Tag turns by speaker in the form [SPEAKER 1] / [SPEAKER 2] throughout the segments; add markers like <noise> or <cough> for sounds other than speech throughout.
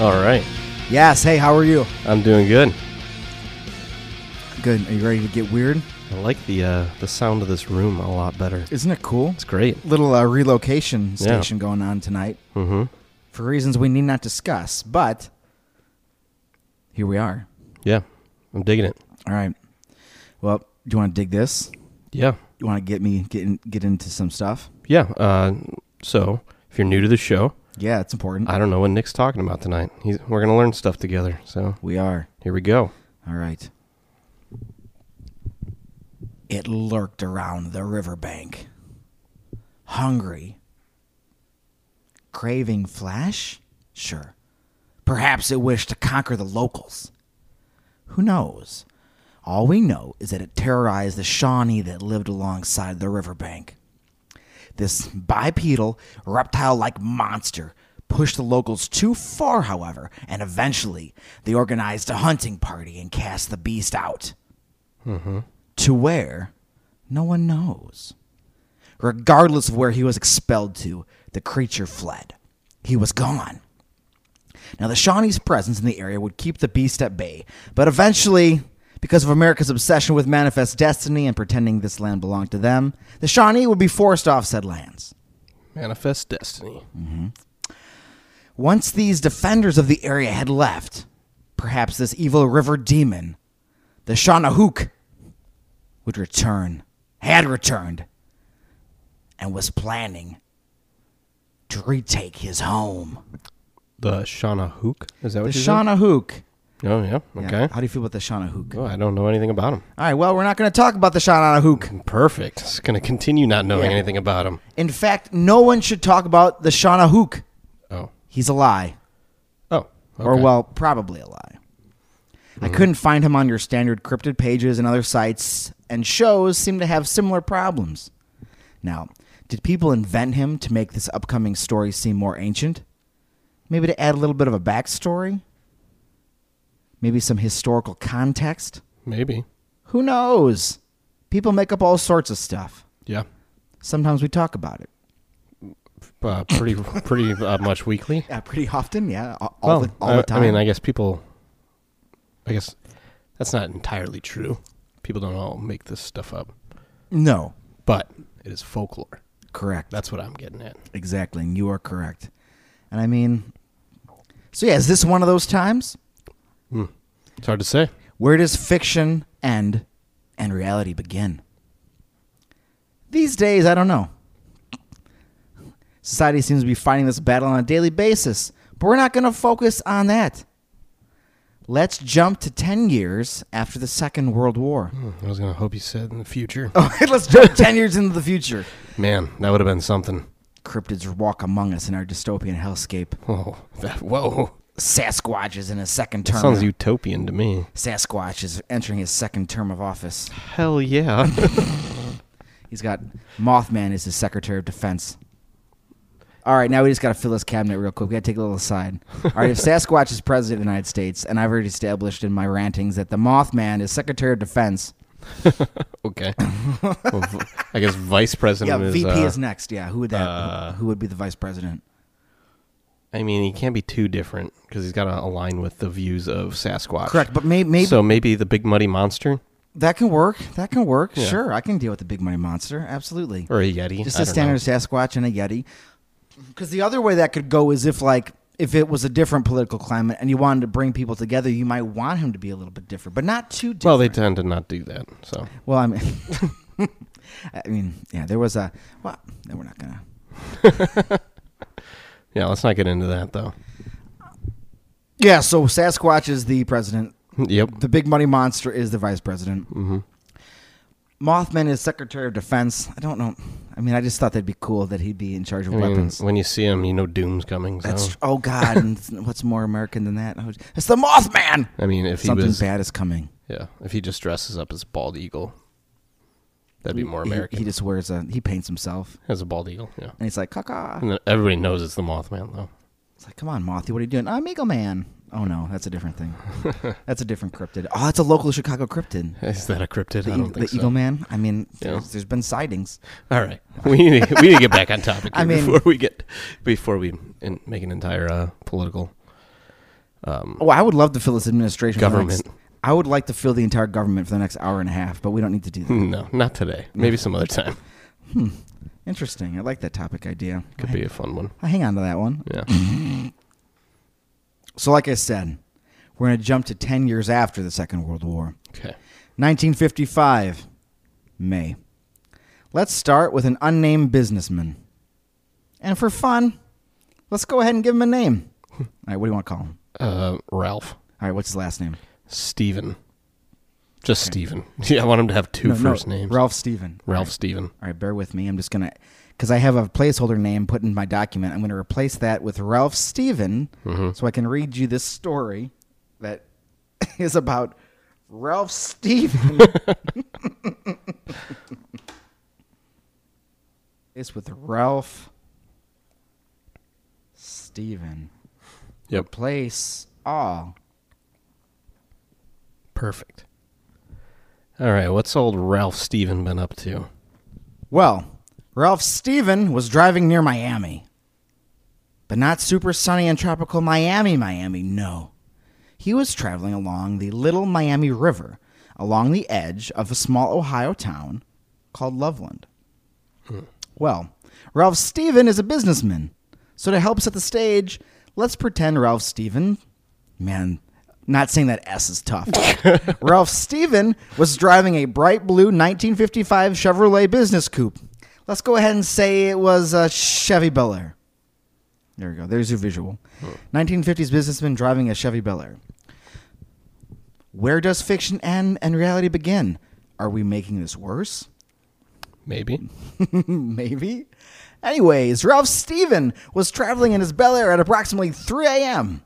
[SPEAKER 1] All right.
[SPEAKER 2] Yes, hey, how are you?
[SPEAKER 1] I'm doing good.
[SPEAKER 2] Good. Are you ready to get weird?
[SPEAKER 1] I like the uh, the sound of this room a lot better.
[SPEAKER 2] Isn't it cool?
[SPEAKER 1] It's great.
[SPEAKER 2] little uh, relocation
[SPEAKER 1] Yeah.
[SPEAKER 2] station going on tonight
[SPEAKER 1] Mm-hmm.
[SPEAKER 2] for reasons we need not discuss, but here we are.
[SPEAKER 1] Yeah. I'm digging it.
[SPEAKER 2] All right. Well, do you want to dig this?
[SPEAKER 1] Yeah.
[SPEAKER 2] You want to get me get in, get into some stuff?
[SPEAKER 1] Yeah. Uh, so if you're new to the show,
[SPEAKER 2] Yeah, it's important.
[SPEAKER 1] I don't know what Nick's talking about tonight. He's, we're gonna learn stuff together. So
[SPEAKER 2] we are.
[SPEAKER 1] here we go.
[SPEAKER 2] All right. It lurked around the riverbank, hungry, craving flesh. Sure, perhaps it wished to conquer the locals. Who knows? All we know is that it terrorized the Shawnee that lived alongside the riverbank. This bipedal, reptile like monster pushed the locals too far, however, and eventually they organized a hunting party and cast the beast out. To where? No one knows. Regardless of where he was expelled to, the creature fled. He was gone. Now, the Shawnee's presence in the area would keep the beast at bay, but eventually, because of America's obsession with manifest destiny and pretending this land belonged to them, the Shawnee would be forced off said lands.
[SPEAKER 1] Manifest destiny.
[SPEAKER 2] Once these defenders of the area had left, perhaps this evil river demon, the Shanahook, would return, had returned, and was planning to retake his home.
[SPEAKER 1] The Shauna Hook. Is that
[SPEAKER 2] The
[SPEAKER 1] what you
[SPEAKER 2] Shanahook.
[SPEAKER 1] said? Oh yeah.
[SPEAKER 2] Yeah,
[SPEAKER 1] Okay.
[SPEAKER 2] How do you feel about the Shanahook? All
[SPEAKER 1] Oh, I don't know anything about him.
[SPEAKER 2] right, well, we're not going to talk about the Shanahook.
[SPEAKER 1] Perfect. <laughs> Just gonna continue not knowing
[SPEAKER 2] Yeah.
[SPEAKER 1] anything about him.
[SPEAKER 2] In fact, no one should talk about the Shanahook.
[SPEAKER 1] Oh.
[SPEAKER 2] He's a lie. or
[SPEAKER 1] Oh. okay. Mm-hmm.
[SPEAKER 2] well, probably a lie. I couldn't find him on your standard cryptid pages and other sites, and shows seem to have similar problems. Now, did people invent him to make this upcoming story seem more ancient? Maybe to add a little bit of a backstory? Maybe some historical context?
[SPEAKER 1] Maybe.
[SPEAKER 2] Who knows? People make up all sorts of stuff.
[SPEAKER 1] Yeah.
[SPEAKER 2] Sometimes we talk about it.
[SPEAKER 1] Uh, pretty <laughs> pretty uh, much weekly.
[SPEAKER 2] Yeah, pretty often, yeah. All, all
[SPEAKER 1] well,
[SPEAKER 2] the, all
[SPEAKER 1] I,
[SPEAKER 2] the time.
[SPEAKER 1] I mean, I guess people. I guess that's not entirely true. People don't all make this stuff up,
[SPEAKER 2] no,
[SPEAKER 1] but it is folklore.
[SPEAKER 2] correct.
[SPEAKER 1] That's what I'm getting at.
[SPEAKER 2] Exactly, and you are correct. And I mean, so yeah, is this one of those times?
[SPEAKER 1] It's hard to say.
[SPEAKER 2] Where does fiction end and reality begin? These days, I don't know. Society seems to be fighting this battle on a daily basis, but we're not going to focus on that. Let's jump to 10 years after the Second World War. <laughs>
[SPEAKER 1] Hmm, I was gonna hope you said in the future.
[SPEAKER 2] Oh, let's jump 10 years into the future.
[SPEAKER 1] Man, that would have been something.
[SPEAKER 2] Cryptids walk among us in our dystopian hellscape.
[SPEAKER 1] Oh, that whoa!
[SPEAKER 2] Sasquatch is in his second term.
[SPEAKER 1] Sounds utopian to me.
[SPEAKER 2] Sasquatch is entering his second term of office.
[SPEAKER 1] Hell yeah!
[SPEAKER 2] He's got Mothman as his Secretary of Defense. All right, now we just got to fill this cabinet real quick. We got to take a little aside. All right,
[SPEAKER 1] <laughs>
[SPEAKER 2] if Sasquatch is president of the United States, and I've already established in my rantings that the Mothman is Secretary of Defense,
[SPEAKER 1] <laughs> okay. Well, v- I guess vice president
[SPEAKER 2] yeah,
[SPEAKER 1] is.
[SPEAKER 2] VP
[SPEAKER 1] uh,
[SPEAKER 2] is next. Yeah, who would that?
[SPEAKER 1] uh,
[SPEAKER 2] who would be the vice president?
[SPEAKER 1] I mean, he can't be too different because he's got to align with the views of Sasquatch.
[SPEAKER 2] Correct, but may, maybe
[SPEAKER 1] uh, So maybe the big muddy monster
[SPEAKER 2] that can work. That can work.
[SPEAKER 1] Yeah.
[SPEAKER 2] Sure, I can deal with the big money monster. Absolutely.
[SPEAKER 1] or a yeti.
[SPEAKER 2] Just a
[SPEAKER 1] I don't know.
[SPEAKER 2] standard Sasquatch and a Yeti. Because the other way that could go is if, like, if it was a different political climate and you wanted to bring people together, you might want him to be a little bit different, but not too different.
[SPEAKER 1] Well, they tend to not do that. So
[SPEAKER 2] <laughs> Well, I mean, I mean, yeah, there was a. Well, no, we're not gonna.
[SPEAKER 1] Yeah, let's not get into that though.
[SPEAKER 2] Yeah, so Sasquatch is the president.
[SPEAKER 1] Yep.
[SPEAKER 2] The big money monster is the vice president. Mm-hmm. Mothman is secretary of defense. I don't know. I mean, I just thought that'd be cool that he'd be in charge of
[SPEAKER 1] I mean,
[SPEAKER 2] weapons.
[SPEAKER 1] when you see him, you know doom's coming. So.
[SPEAKER 2] That's oh god, and <laughs> it's- what's more American than that? Oh, It's the Mothman.
[SPEAKER 1] I mean, if he
[SPEAKER 2] Something
[SPEAKER 1] was,
[SPEAKER 2] bad is coming.
[SPEAKER 1] yeah, if he just dresses up as a bald eagle, that'd be more
[SPEAKER 2] He-
[SPEAKER 1] American.
[SPEAKER 2] He, just wears a he paints himself
[SPEAKER 1] as a bald eagle, yeah.
[SPEAKER 2] and he's like, caca.
[SPEAKER 1] And then everybody knows it's the Mothman though.
[SPEAKER 2] It's like, come on, Mothy, what are you doing? I'm Eagle Man. Oh no, that's a different thing.
[SPEAKER 1] <laughs>
[SPEAKER 2] that's a different cryptid. Oh, that's a local Chicago cryptid.
[SPEAKER 1] Is that a cryptid?
[SPEAKER 2] The,
[SPEAKER 1] I
[SPEAKER 2] eag-
[SPEAKER 1] don't
[SPEAKER 2] the
[SPEAKER 1] think so.
[SPEAKER 2] Eagle Man. I mean,
[SPEAKER 1] Yeah.
[SPEAKER 2] there's- there's been sightings.
[SPEAKER 1] All right, <laughs> we need to, we need to get back on topic
[SPEAKER 2] <laughs> I
[SPEAKER 1] here
[SPEAKER 2] mean-
[SPEAKER 1] before we get before we in, make an entire uh, political. Um,
[SPEAKER 2] Oh, I would love to fill this administration. for the
[SPEAKER 1] Government.
[SPEAKER 2] next- I would like to fill the entire government for the next hour and a half, but we don't need to do that.
[SPEAKER 1] no, not today. Maybe some other time.
[SPEAKER 2] Interesting. I like that topic idea.
[SPEAKER 1] Could
[SPEAKER 2] I,
[SPEAKER 1] be a fun one.
[SPEAKER 2] I hang on to that one. <laughs>
[SPEAKER 1] Yeah.
[SPEAKER 2] So, like I said, we're going to jump to 10 years after the Second World War.
[SPEAKER 1] Okay.
[SPEAKER 2] 1955, May. Let's start with an unnamed businessman. And for fun, let's go ahead and give him a
[SPEAKER 1] <laughs>
[SPEAKER 2] name. All right, what do you want to call him?
[SPEAKER 1] Uh, Ralph
[SPEAKER 2] All right, what's his last name?
[SPEAKER 1] Stephen, just Stephen. <laughs> Yeah, I want him to have two
[SPEAKER 2] No,
[SPEAKER 1] first
[SPEAKER 2] no,
[SPEAKER 1] names.
[SPEAKER 2] Ralph Steven.
[SPEAKER 1] Ralph Stephen.
[SPEAKER 2] All right, bear with me. I'm just going to, because I have a placeholder name put in my document, I'm going to replace that with Ralph Steven so I can read you this story that <laughs> is about Ralph Steven. it's with Ralph Steven.
[SPEAKER 1] Yep.
[SPEAKER 2] Place all.
[SPEAKER 1] Perfect. All right. What's old Ralph Stephen been up to?
[SPEAKER 2] Well, Ralph Steven was driving near Miami. But not super sunny and tropical Miami, Miami, no. He was traveling along the Little Miami River, along the edge of a small Ohio town called Loveland. Well, Ralph Steven is a businessman. So to help set the stage, let's pretend Ralph Steven, man, not saying that S is tough. Ralph Steven was driving a bright blue 1955 Chevrolet business coupe. Let's go ahead and say it was a Chevy Bel Air. There we go. There's your visual. 1950s businessman driving a Chevy Bel Air. Where does fiction end and reality begin? Are we making this worse?
[SPEAKER 1] Maybe.
[SPEAKER 2] <laughs> Maybe. Anyways, Ralph Steven was traveling in his Bel Air at approximately 3 a.m.,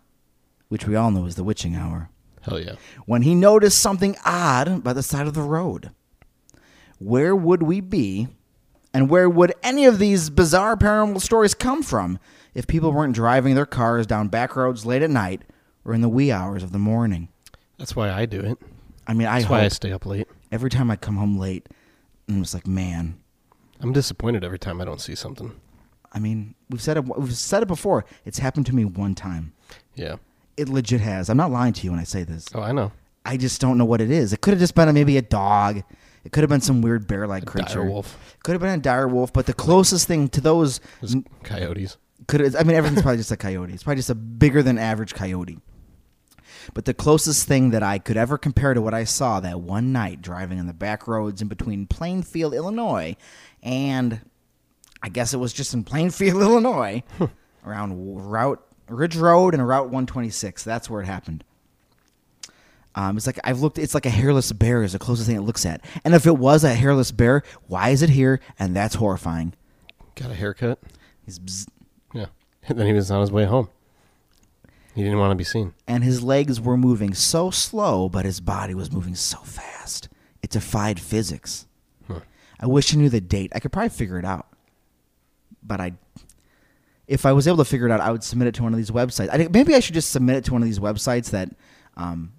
[SPEAKER 2] which we all know is the witching hour,
[SPEAKER 1] Hell yeah.
[SPEAKER 2] when he noticed something odd by the side of the road. Where would we be, and where would any of these bizarre paranormal stories come from if people weren't driving their cars down back roads late at night or in the wee hours of the morning?
[SPEAKER 1] That's why I do it.
[SPEAKER 2] I mean, I
[SPEAKER 1] That's why I
[SPEAKER 2] hope
[SPEAKER 1] stay up late.
[SPEAKER 2] every time I come home late, I'm just like, man,
[SPEAKER 1] I'm disappointed every time I don't see something.
[SPEAKER 2] I mean, we've said it. We've said it before. It's happened to me one time.
[SPEAKER 1] Yeah.
[SPEAKER 2] It legit has. I'm not lying to you when I say this.
[SPEAKER 1] Oh, I know.
[SPEAKER 2] I just don't know what it is. It could have just been a, maybe a dog. It could have been some weird bear-like creature.
[SPEAKER 1] direwolf.
[SPEAKER 2] Could have been a dire wolf. But the closest thing to those
[SPEAKER 1] There's coyotes.
[SPEAKER 2] could I mean everything's probably just a coyote. It's probably just a bigger than average coyote. But the closest thing that I could ever compare to what I saw that one night driving on the back roads in between Plainfield, Illinois, and I guess it was just in Plainfield, <laughs> Illinois, around Route Ridge Road and Route 126. That's where it happened. Um, it's like I've looked. It's like a hairless bear is the closest thing it looks at. And if it was a hairless bear, why is it here? And that's horrifying.
[SPEAKER 1] Got a haircut.
[SPEAKER 2] He's bzz-
[SPEAKER 1] Yeah. <laughs> And then he was on his way home. He didn't want to be seen.
[SPEAKER 2] and his legs were moving so slow, but his body was moving so fast. It defied physics.
[SPEAKER 1] Huh.
[SPEAKER 2] I wish I knew the date. I could probably figure it out. But I, if I was able to figure it out, I would submit it to one of these websites. I, think- maybe I should just submit it to one of these websites that um,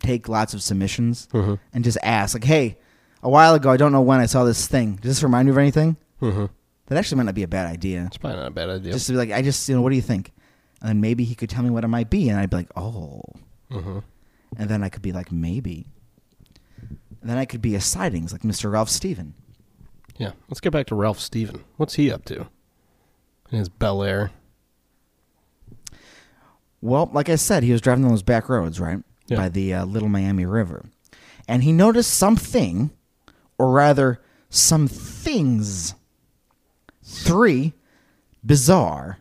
[SPEAKER 2] take lots of submissions
[SPEAKER 1] Mm-hmm.
[SPEAKER 2] and just ask, like, hey, a while ago, I don't know when I saw this thing. Does this remind you of anything?
[SPEAKER 1] Mm-hmm.
[SPEAKER 2] That actually might not be a bad idea.
[SPEAKER 1] It's probably not a bad idea.
[SPEAKER 2] Just to be like, I just, you know, what do you think? And then maybe he could tell me what it might be, and I'd be like, oh
[SPEAKER 1] mm-hmm.
[SPEAKER 2] and then I could be like maybe. And then I could be a sightings like Mr. Ralph Steven.
[SPEAKER 1] Yeah. Let's get back to Ralph Steven. What's he up to? In his Bel Air.
[SPEAKER 2] Well, like I said, he was driving on those back roads, right,
[SPEAKER 1] Yeah.
[SPEAKER 2] by the uh, Little Miami River, and he noticed something, or rather, some things, three bizarre,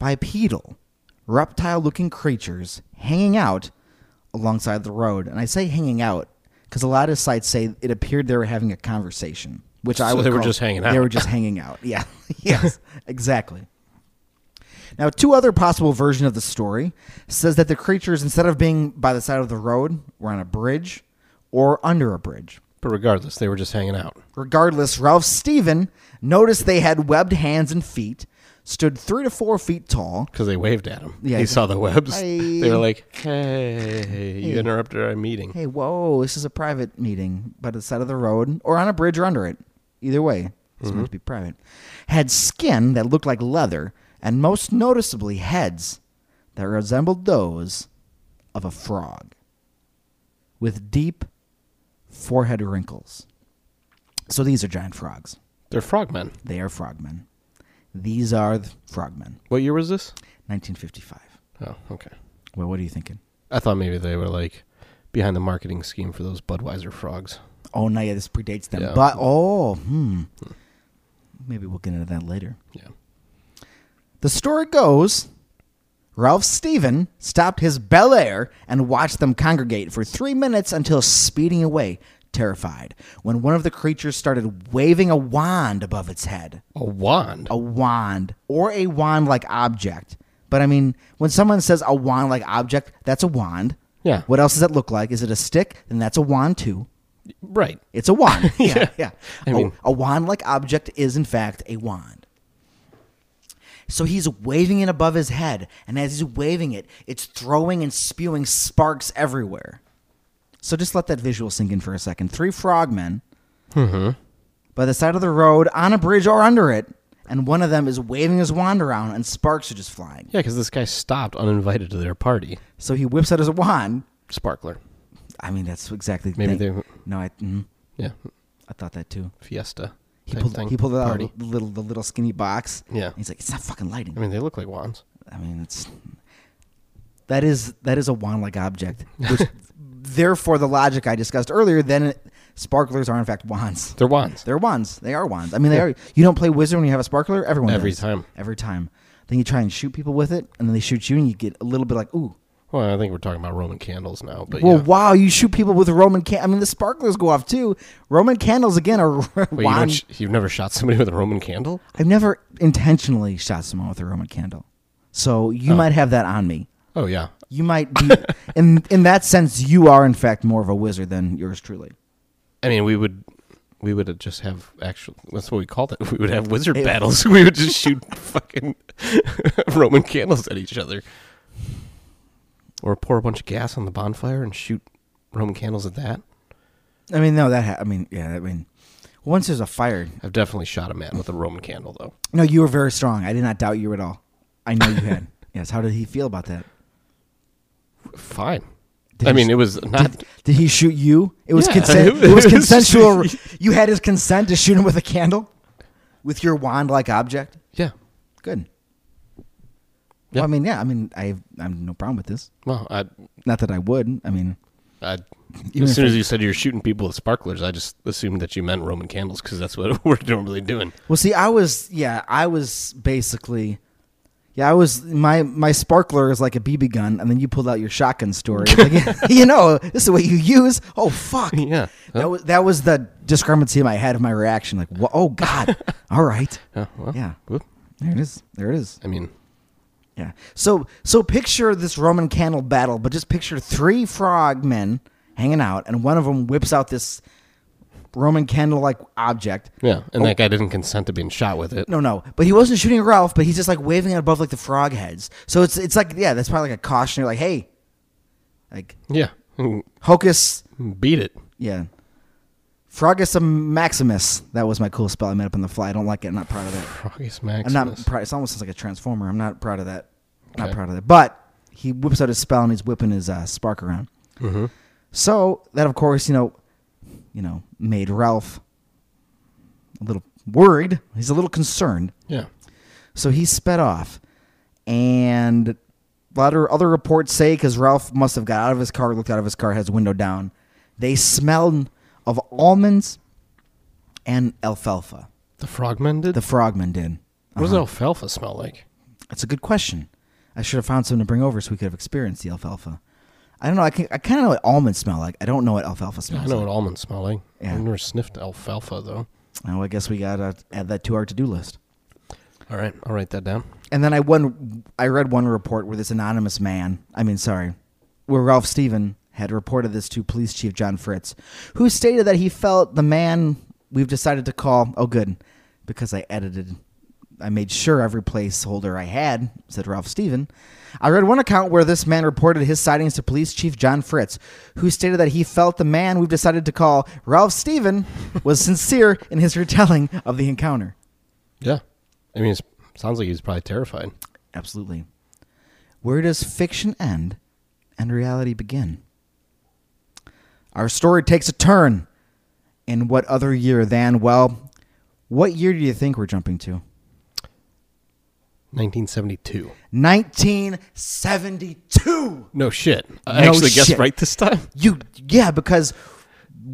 [SPEAKER 2] bipedal, reptile looking creatures hanging out alongside the road. And I say hanging out because a lot of sites say it appeared they were having a conversation, which I
[SPEAKER 1] So
[SPEAKER 2] would
[SPEAKER 1] they were
[SPEAKER 2] call-
[SPEAKER 1] just hanging
[SPEAKER 2] They
[SPEAKER 1] out.
[SPEAKER 2] were just hanging
[SPEAKER 1] <laughs>
[SPEAKER 2] out. Yeah. <laughs> yes. Exactly. Now, two other possible versions of the story says that the creatures, instead of being by the side of the road, were on a bridge or under a bridge.
[SPEAKER 1] But regardless, they were just hanging out.
[SPEAKER 2] Regardless, Ralph Steven noticed they had webbed hands and feet, stood three to four feet tall.
[SPEAKER 1] because they waved at him.
[SPEAKER 2] Yeah,
[SPEAKER 1] he
[SPEAKER 2] it's
[SPEAKER 1] saw the webs.
[SPEAKER 2] "Hey."
[SPEAKER 1] <laughs> They were like, "Hey, you interrupted our meeting."
[SPEAKER 2] Hey, whoa, this is a private meeting by the side of the road or on a bridge or under it. Either way, it's meant to be private. Had skin that looked like leather, and most noticeably, heads that resembled those of a frog with deep forehead wrinkles. So these are giant frogs.
[SPEAKER 1] They're frogmen.
[SPEAKER 2] They are frogmen. These are the frogmen.
[SPEAKER 1] What year was this?
[SPEAKER 2] 1955.
[SPEAKER 1] Oh, okay.
[SPEAKER 2] Well, what are you thinking?
[SPEAKER 1] I thought maybe they were like behind the marketing scheme for those Budweiser frogs.
[SPEAKER 2] Oh, no, yeah, this predates them.
[SPEAKER 1] Yeah.
[SPEAKER 2] But, oh, hmm. Maybe we'll get into that later.
[SPEAKER 1] Yeah.
[SPEAKER 2] The story goes Ralph Steven stopped his Bel Air and watched them congregate for three minutes until speeding away, terrified, when one of the creatures started waving a wand above its head.
[SPEAKER 1] A wand.
[SPEAKER 2] a wand or a wand like object. But I mean, when someone says a wand like object, that's a wand.
[SPEAKER 1] Yeah.
[SPEAKER 2] What else does that look like? Is it a stick? Then that's a wand too.
[SPEAKER 1] Right.
[SPEAKER 2] It's a
[SPEAKER 1] <laughs>
[SPEAKER 2] wand. yeah, yeah.
[SPEAKER 1] I
[SPEAKER 2] A-
[SPEAKER 1] mean-
[SPEAKER 2] a wand like object is, in fact, a wand. So he's waving it above his head, and as he's waving it, it's throwing and spewing sparks everywhere. So just let that visual sink in for a second. Three frogmen
[SPEAKER 1] Mm-hmm.
[SPEAKER 2] by the side of the road, on a bridge or under it, and one of them is waving his wand around, and sparks are just flying.
[SPEAKER 1] Yeah, because this guy stopped uninvited to their party.
[SPEAKER 2] So he whips out his wand.
[SPEAKER 1] Sparkler.
[SPEAKER 2] I mean, that's exactly the
[SPEAKER 1] Maybe
[SPEAKER 2] thing.
[SPEAKER 1] they-
[SPEAKER 2] No, I, mm,
[SPEAKER 1] Yeah.
[SPEAKER 2] I thought that too.
[SPEAKER 1] Fiesta.
[SPEAKER 2] He
[SPEAKER 1] type
[SPEAKER 2] pulled,
[SPEAKER 1] thing.
[SPEAKER 2] he pulled out
[SPEAKER 1] party.
[SPEAKER 2] the little, the little skinny box.
[SPEAKER 1] Yeah.
[SPEAKER 2] He's like, it's not fucking lighting.
[SPEAKER 1] I mean, they look like wands.
[SPEAKER 2] I mean, it's that is that is a wand-like object. Which, <laughs> therefore, the logic I discussed earlier, then it, sparklers are in fact wands.
[SPEAKER 1] They're wands.
[SPEAKER 2] They're wands. They are wands. I mean, they are. You don't play wizard when you have a sparkler. Everyone
[SPEAKER 1] Every
[SPEAKER 2] does.
[SPEAKER 1] time.
[SPEAKER 2] Every time. Then you try and shoot people with it, and then they shoot you, and you get a little bit like, ooh,
[SPEAKER 1] Well, I think we're talking about Roman candles now, but
[SPEAKER 2] well,
[SPEAKER 1] yeah.
[SPEAKER 2] wow, you shoot people with Roman can. I mean, the sparklers go off too. Roman candles again are <laughs>
[SPEAKER 1] Wait, you don't
[SPEAKER 2] wand.
[SPEAKER 1] sh- you've never shot somebody with a Roman candle?
[SPEAKER 2] I've never intentionally shot someone with a Roman candle, so you might have that on me.
[SPEAKER 1] Oh yeah.
[SPEAKER 2] You might be <laughs> in in that sense. You are in fact more of a wizard than yours truly.
[SPEAKER 1] I mean, we would we would just have actual. That's what we called it. <laughs> We would have wizard battles. <laughs> We would just shoot fucking <laughs> Roman candles at each other, or pour a bunch of gas on the bonfire and shoot Roman candles at that.
[SPEAKER 2] I mean, no, that ha- I mean, yeah, I mean, once there's a fire,
[SPEAKER 1] I've definitely shot a man with a Roman candle though.
[SPEAKER 2] no, you were very strong. I did not doubt you at all. I know you
[SPEAKER 1] <laughs>
[SPEAKER 2] had. yes. How did he feel about that?
[SPEAKER 1] Fine.
[SPEAKER 2] Did
[SPEAKER 1] I
[SPEAKER 2] he
[SPEAKER 1] mean,
[SPEAKER 2] sh-
[SPEAKER 1] it was not.
[SPEAKER 2] Did he shoot you? It was
[SPEAKER 1] Uh, Yeah, <laughs>
[SPEAKER 2] consent.
[SPEAKER 1] it
[SPEAKER 2] It was
[SPEAKER 1] was- <laughs>
[SPEAKER 2] consensual. you had his consent to shoot him with a candle, with your wand-like object.
[SPEAKER 1] yeah.
[SPEAKER 2] Good.
[SPEAKER 1] Yeah.
[SPEAKER 2] Well, I mean, yeah. I mean, I I'm no problem with this.
[SPEAKER 1] Well, I.
[SPEAKER 2] Not that I would. I mean,
[SPEAKER 1] I
[SPEAKER 2] Even
[SPEAKER 1] as
[SPEAKER 2] if
[SPEAKER 1] soon as
[SPEAKER 2] it-
[SPEAKER 1] you said you're shooting people with sparklers, I just assumed that you meant Roman candles because that's what <laughs> we're normally doing.
[SPEAKER 2] Well, see, I was yeah, I was basically yeah, I was my my sparkler is like a BB gun, and then you pulled out your shotgun <laughs> story. Like, you know, this is what you use. Oh fuck, <laughs>
[SPEAKER 1] Yeah.
[SPEAKER 2] That was that was the discrepancy in my head of my reaction. Like, wha- oh <laughs> god, all right,
[SPEAKER 1] Yeah. Well,
[SPEAKER 2] Oh, yeah,
[SPEAKER 1] whoop.
[SPEAKER 2] there it is, there it is.
[SPEAKER 1] I mean,
[SPEAKER 2] Yeah. So so picture this Roman candle battle, but just picture three frogmen hanging out, and one of them whips out this Roman candle like object,
[SPEAKER 1] yeah. And that guy didn't consent to being shot with it.
[SPEAKER 2] Oh. No, no. But he wasn't shooting Ralph, but he's just like waving it above like the frog heads. So it's it's like yeah, that's probably like a cautionary like, hey, like
[SPEAKER 1] Yeah.
[SPEAKER 2] Hocus
[SPEAKER 1] Beat it.
[SPEAKER 2] yeah. Frogus Maximus. That was my cool spell I made up on the fly. I don't like it. I'm not proud of that.
[SPEAKER 1] Frogus
[SPEAKER 2] I'm
[SPEAKER 1] Maximus.
[SPEAKER 2] not proud. It almost sounds like a transformer. I'm not proud of that. Not
[SPEAKER 1] Okay.
[SPEAKER 2] proud of that. But he whips out his spell and he's whipping his uh, spark around.
[SPEAKER 1] Mhm.
[SPEAKER 2] So that, of course, you know, you know, made Ralph a little worried. He's a little concerned.
[SPEAKER 1] Yeah.
[SPEAKER 2] So he sped off, and a lot of other reports say because Ralph must have got out of his car, looked out of his car, has window down. They smelled of almonds and alfalfa.
[SPEAKER 1] The frogmen did?
[SPEAKER 2] The frogmen did. Uh-huh.
[SPEAKER 1] What does alfalfa smell like?
[SPEAKER 2] That's a good question. I should have found some to bring over so we could have experienced the alfalfa. I don't know. I, can, I kind of know what almonds smell like. I don't know what alfalfa
[SPEAKER 1] I
[SPEAKER 2] smells
[SPEAKER 1] know
[SPEAKER 2] like.
[SPEAKER 1] what almonds smell like.
[SPEAKER 2] Yeah.
[SPEAKER 1] I've never sniffed alfalfa though.
[SPEAKER 2] Oh, I guess we gotta add that to our to-do list.
[SPEAKER 1] All right, I'll write that down.
[SPEAKER 2] And then I one I read one report where this anonymous man, I mean sorry, where Ralph Steven had reported this to police chief John Fritz, who stated that he felt the man we've decided to call oh good, because I edited I made sure every placeholder I had, said Ralph Steven. I read one account where this man reported his sightings to police chief John Fritz, who stated that he felt the man we've decided to call Ralph Steven was sincere in his retelling of the encounter.
[SPEAKER 1] Yeah, I mean, it's, sounds like he's probably terrified.
[SPEAKER 2] Absolutely. Where does fiction end and reality begin? Our story takes a turn in what other year than, well, what year do you think we're jumping to?
[SPEAKER 1] 1972.
[SPEAKER 2] 1972.
[SPEAKER 1] No shit. I
[SPEAKER 2] No
[SPEAKER 1] actually guessed
[SPEAKER 2] shit.
[SPEAKER 1] right this time.
[SPEAKER 2] You yeah, because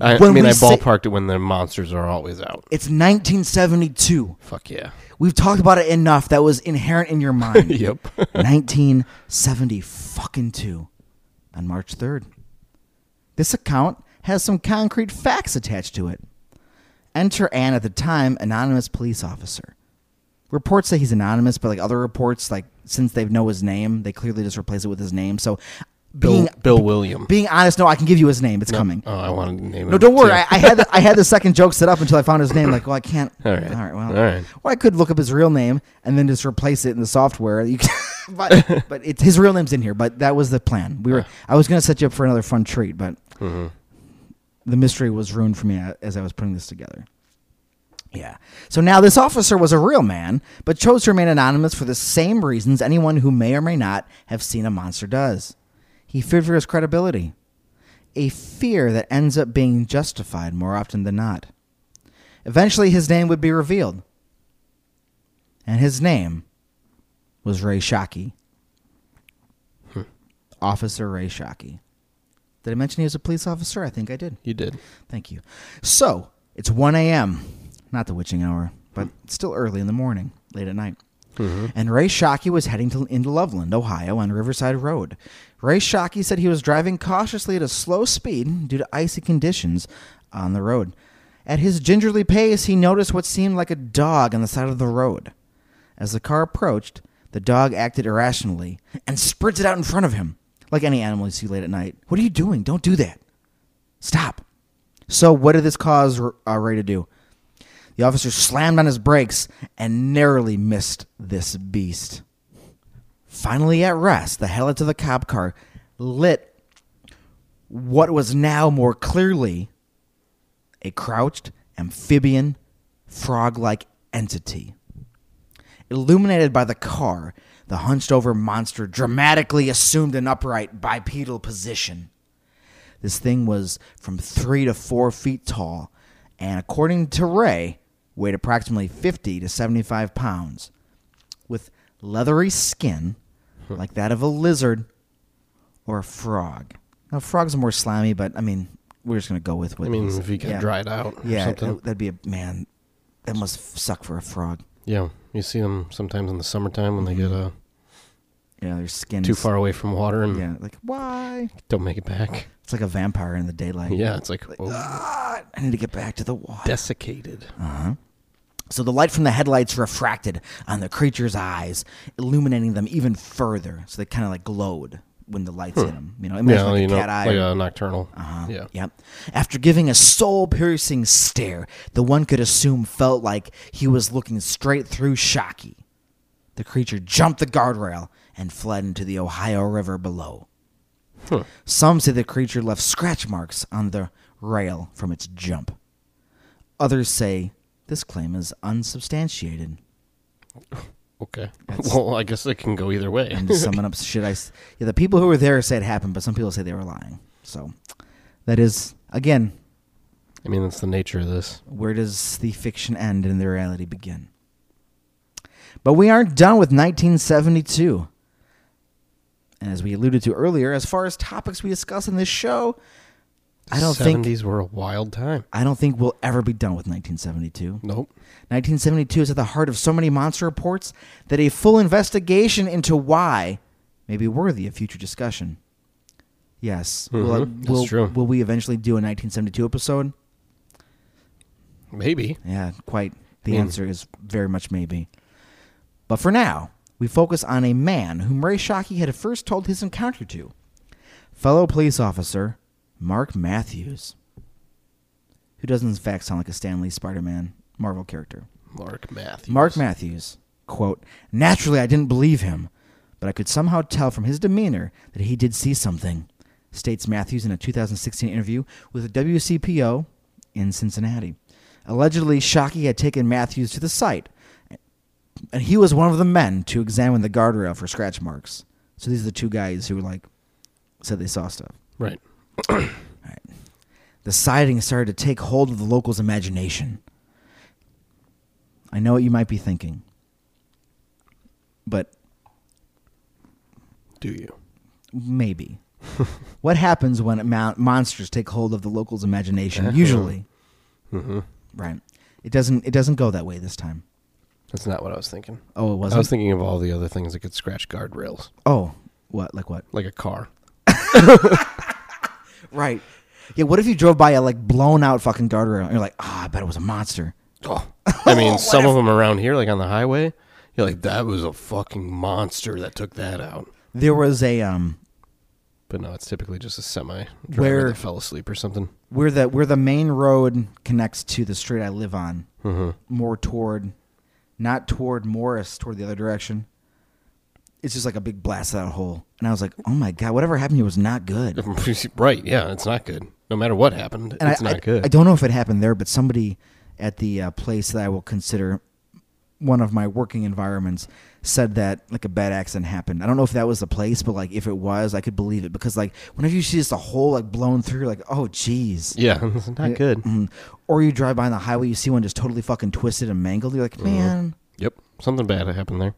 [SPEAKER 1] I, I
[SPEAKER 2] when
[SPEAKER 1] mean,
[SPEAKER 2] we
[SPEAKER 1] I
[SPEAKER 2] say-
[SPEAKER 1] ballparked it when the monsters are always out.
[SPEAKER 2] it's 1972. <laughs>
[SPEAKER 1] Fuck yeah.
[SPEAKER 2] We've talked about it enough that was inherent in your
[SPEAKER 1] <laughs>
[SPEAKER 2] mind.
[SPEAKER 1] Yep.
[SPEAKER 2] 1970 fucking two on March 3rd. This account has some concrete facts attached to it. Enter an at the time anonymous police officer. Reports say he's anonymous, but like other reports, like since they know his name, they clearly just replace it with his name. So,
[SPEAKER 1] Bill
[SPEAKER 2] being
[SPEAKER 1] Bill William.
[SPEAKER 2] being honest, no, I can give you his name. It's coming.
[SPEAKER 1] Oh, I wanted to name him.
[SPEAKER 2] No, don't worry.
[SPEAKER 1] too.
[SPEAKER 2] I, I had the, I had the second joke set up until I found his name. Like, well, I can't.
[SPEAKER 1] All right.
[SPEAKER 2] Well.
[SPEAKER 1] All right.
[SPEAKER 2] Or I could look up his real name and then just replace it in the software. You can, <laughs>
[SPEAKER 1] <laughs>
[SPEAKER 2] but but it's his real name's in here. But that was the plan. We were.
[SPEAKER 1] Ah.
[SPEAKER 2] I was gonna set you up for another fun treat, but
[SPEAKER 1] Mm-hmm.
[SPEAKER 2] the mystery was ruined for me a- as I was putting this together. Yeah. So now this officer was a real man, but chose to remain anonymous for the same reasons anyone who may or may not have seen a monster does. He feared for his credibility, a fear that ends up being justified more often than not. Eventually, his name would be revealed. And his name was Ray Shockey. Officer Ray Shockey. Did I mention he was a police officer? I think I did.
[SPEAKER 1] You did.
[SPEAKER 2] Thank you. So it's 1 a.m. Not the witching hour, but still early in the morning, late at night. And Ray Shockey was heading to, into Loveland, Ohio, on Riverside Road. Ray Shockey said he was driving cautiously at a slow speed due to icy conditions on the road. At his gingerly pace, he noticed what seemed like a dog on the side of the road. As the car approached, the dog acted irrationally and sprinted out in front of him, like any animal you see late at night. What are you doing? Don't do that. Stop. So, what did this cause uh, Ray to do? The officer slammed on his brakes and narrowly missed this beast. Finally at rest, the headlights of the cop car lit what was now more clearly a crouched, amphibian, frog like entity. Illuminated by the car, the hunched over monster dramatically assumed an upright bipedal position. This thing was from three to four feet tall, and according to Ray, weighed approximately 50 to 75 pounds, with leathery skin
[SPEAKER 1] Hmm.
[SPEAKER 2] like that of a lizard or a frog. Now, frogs are more slimy, but I mean, we're just going to go with what
[SPEAKER 1] I mean,
[SPEAKER 2] is-
[SPEAKER 1] if he got
[SPEAKER 2] yeah.
[SPEAKER 1] dried out or
[SPEAKER 2] Yeah,
[SPEAKER 1] something.
[SPEAKER 2] that- that'd be a man. That must f- suck for a frog.
[SPEAKER 1] yeah. You see them sometimes in the summertime when they get
[SPEAKER 2] Mm-hmm.
[SPEAKER 1] uh,
[SPEAKER 2] Yeah, their skin
[SPEAKER 1] too far away from water and
[SPEAKER 2] Yeah, like why?
[SPEAKER 1] don't make it back. <laughs>
[SPEAKER 2] It's like a vampire in the daylight.
[SPEAKER 1] Yeah, it's like oh,
[SPEAKER 2] Ah, I need to get back to the water.
[SPEAKER 1] desiccated.
[SPEAKER 2] uh, So the light from the headlights refracted on the creature's eyes, illuminating them even further. So they kind of like glowed when the lights hit them. You know, imagine
[SPEAKER 1] yeah,
[SPEAKER 2] like
[SPEAKER 1] you
[SPEAKER 2] a
[SPEAKER 1] know,
[SPEAKER 2] cat eye.
[SPEAKER 1] like
[SPEAKER 2] or-
[SPEAKER 1] a nocturnal.
[SPEAKER 2] Uh-huh.
[SPEAKER 1] Yeah.
[SPEAKER 2] Yep. After giving a soul piercing stare, the one could assume felt like he was looking straight through Shockey. The creature jumped the guardrail and fled into the Ohio River below.
[SPEAKER 1] Huh.
[SPEAKER 2] Some say the creature left scratch marks on the rail from its jump. Others say this claim is unsubstantiated.
[SPEAKER 1] Okay.
[SPEAKER 2] That's-
[SPEAKER 1] well, I guess it can go either way.
[SPEAKER 2] I'm just summing up shit. I s- yeah, the people who were there say it happened, but some people say they were lying. So that is again
[SPEAKER 1] I mean, that's the nature of this.
[SPEAKER 2] where does the fiction end and the reality begin? But we aren't done with 1972. And as we alluded to earlier, as far as topics we discuss in this show, I don't think
[SPEAKER 1] 70s were a wild time.
[SPEAKER 2] I don't think we'll ever be done with 1972.
[SPEAKER 1] Nope.
[SPEAKER 2] 1972 is at the heart of so many monster reports that a full investigation into why may be worthy of future discussion. Yes, will,
[SPEAKER 1] Mhm, that's
[SPEAKER 2] will,
[SPEAKER 1] true.
[SPEAKER 2] will we eventually do a 1972 episode?
[SPEAKER 1] Maybe.
[SPEAKER 2] Yeah, quite. The
[SPEAKER 1] Hmm.
[SPEAKER 2] answer is very much maybe. But for now, we focus on a man whom Ray Shockey had first told his encounter to fellow police officer Mark Matthews, who does in fact sound like a Stanley Spider Man Marvel character.
[SPEAKER 1] Mark Matthews.
[SPEAKER 2] Mark Matthews, quote, Naturally, I didn't believe him, but I could somehow tell from his demeanor that he did see something, states Matthews in a 2016 interview with the WCPO in Cincinnati. Allegedly, Shockey had taken Matthews to the site, and he was one of the men to examine the guardrail for scratch marks. So these are the two guys who, like, said they saw stuff.
[SPEAKER 1] Right.
[SPEAKER 2] The sighting started to take hold of the locals' imagination. I know what you might be thinking, but
[SPEAKER 1] Do you?
[SPEAKER 2] maybe.
[SPEAKER 1] <laughs>
[SPEAKER 2] what happens when mon- monsters take hold of the locals'
[SPEAKER 1] Uh-huh.
[SPEAKER 2] imagination? Usually,
[SPEAKER 1] Mm-hmm.
[SPEAKER 2] right? It doesn't. It doesn't go that way this time.
[SPEAKER 1] That's not what I was thinking.
[SPEAKER 2] Oh, it
[SPEAKER 1] I
[SPEAKER 2] wasn't.
[SPEAKER 1] was thinking of all the other things that could scratch guardrails,
[SPEAKER 2] oh, what? Like what?
[SPEAKER 1] like a car.
[SPEAKER 2] Right. Yeah. What if you drove by a like blown out fucking guardrail and you're like, ah, I bet it was a monster.
[SPEAKER 1] Oh.
[SPEAKER 2] <laughs>
[SPEAKER 1] I mean, some of them around here, like on the highway, you're like, that was a fucking monster that took that out.
[SPEAKER 2] There was a um
[SPEAKER 1] But no, it's typically just a semi driver
[SPEAKER 2] Where-
[SPEAKER 1] that fell asleep or something. <laughs>
[SPEAKER 2] where the where the main road connects to the street I live on.
[SPEAKER 1] Mm-hmm.
[SPEAKER 2] more toward, not toward Morris, toward the other direction. It's just like a big blast out hole, and I was like, "Oh my god, whatever happened here was not good."
[SPEAKER 1] right. Yeah, it's not good. No matter what happened,
[SPEAKER 2] And
[SPEAKER 1] it's
[SPEAKER 2] I,
[SPEAKER 1] not
[SPEAKER 2] I,
[SPEAKER 1] good.
[SPEAKER 2] I don't know if it happened there, but somebody at the uh, place that I will consider one of my working environments said that like a bad accident happened. I don't know if that was the place, but like if it was, I could believe it because like whenever you see just a hole like blown through, you're like oh jeez.
[SPEAKER 1] yeah, <laughs> it's not good.
[SPEAKER 2] Mm. Or you drive by on the highway, you see one just totally fucking twisted and mangled. You're like, man,
[SPEAKER 1] Yep. Something bad happened there.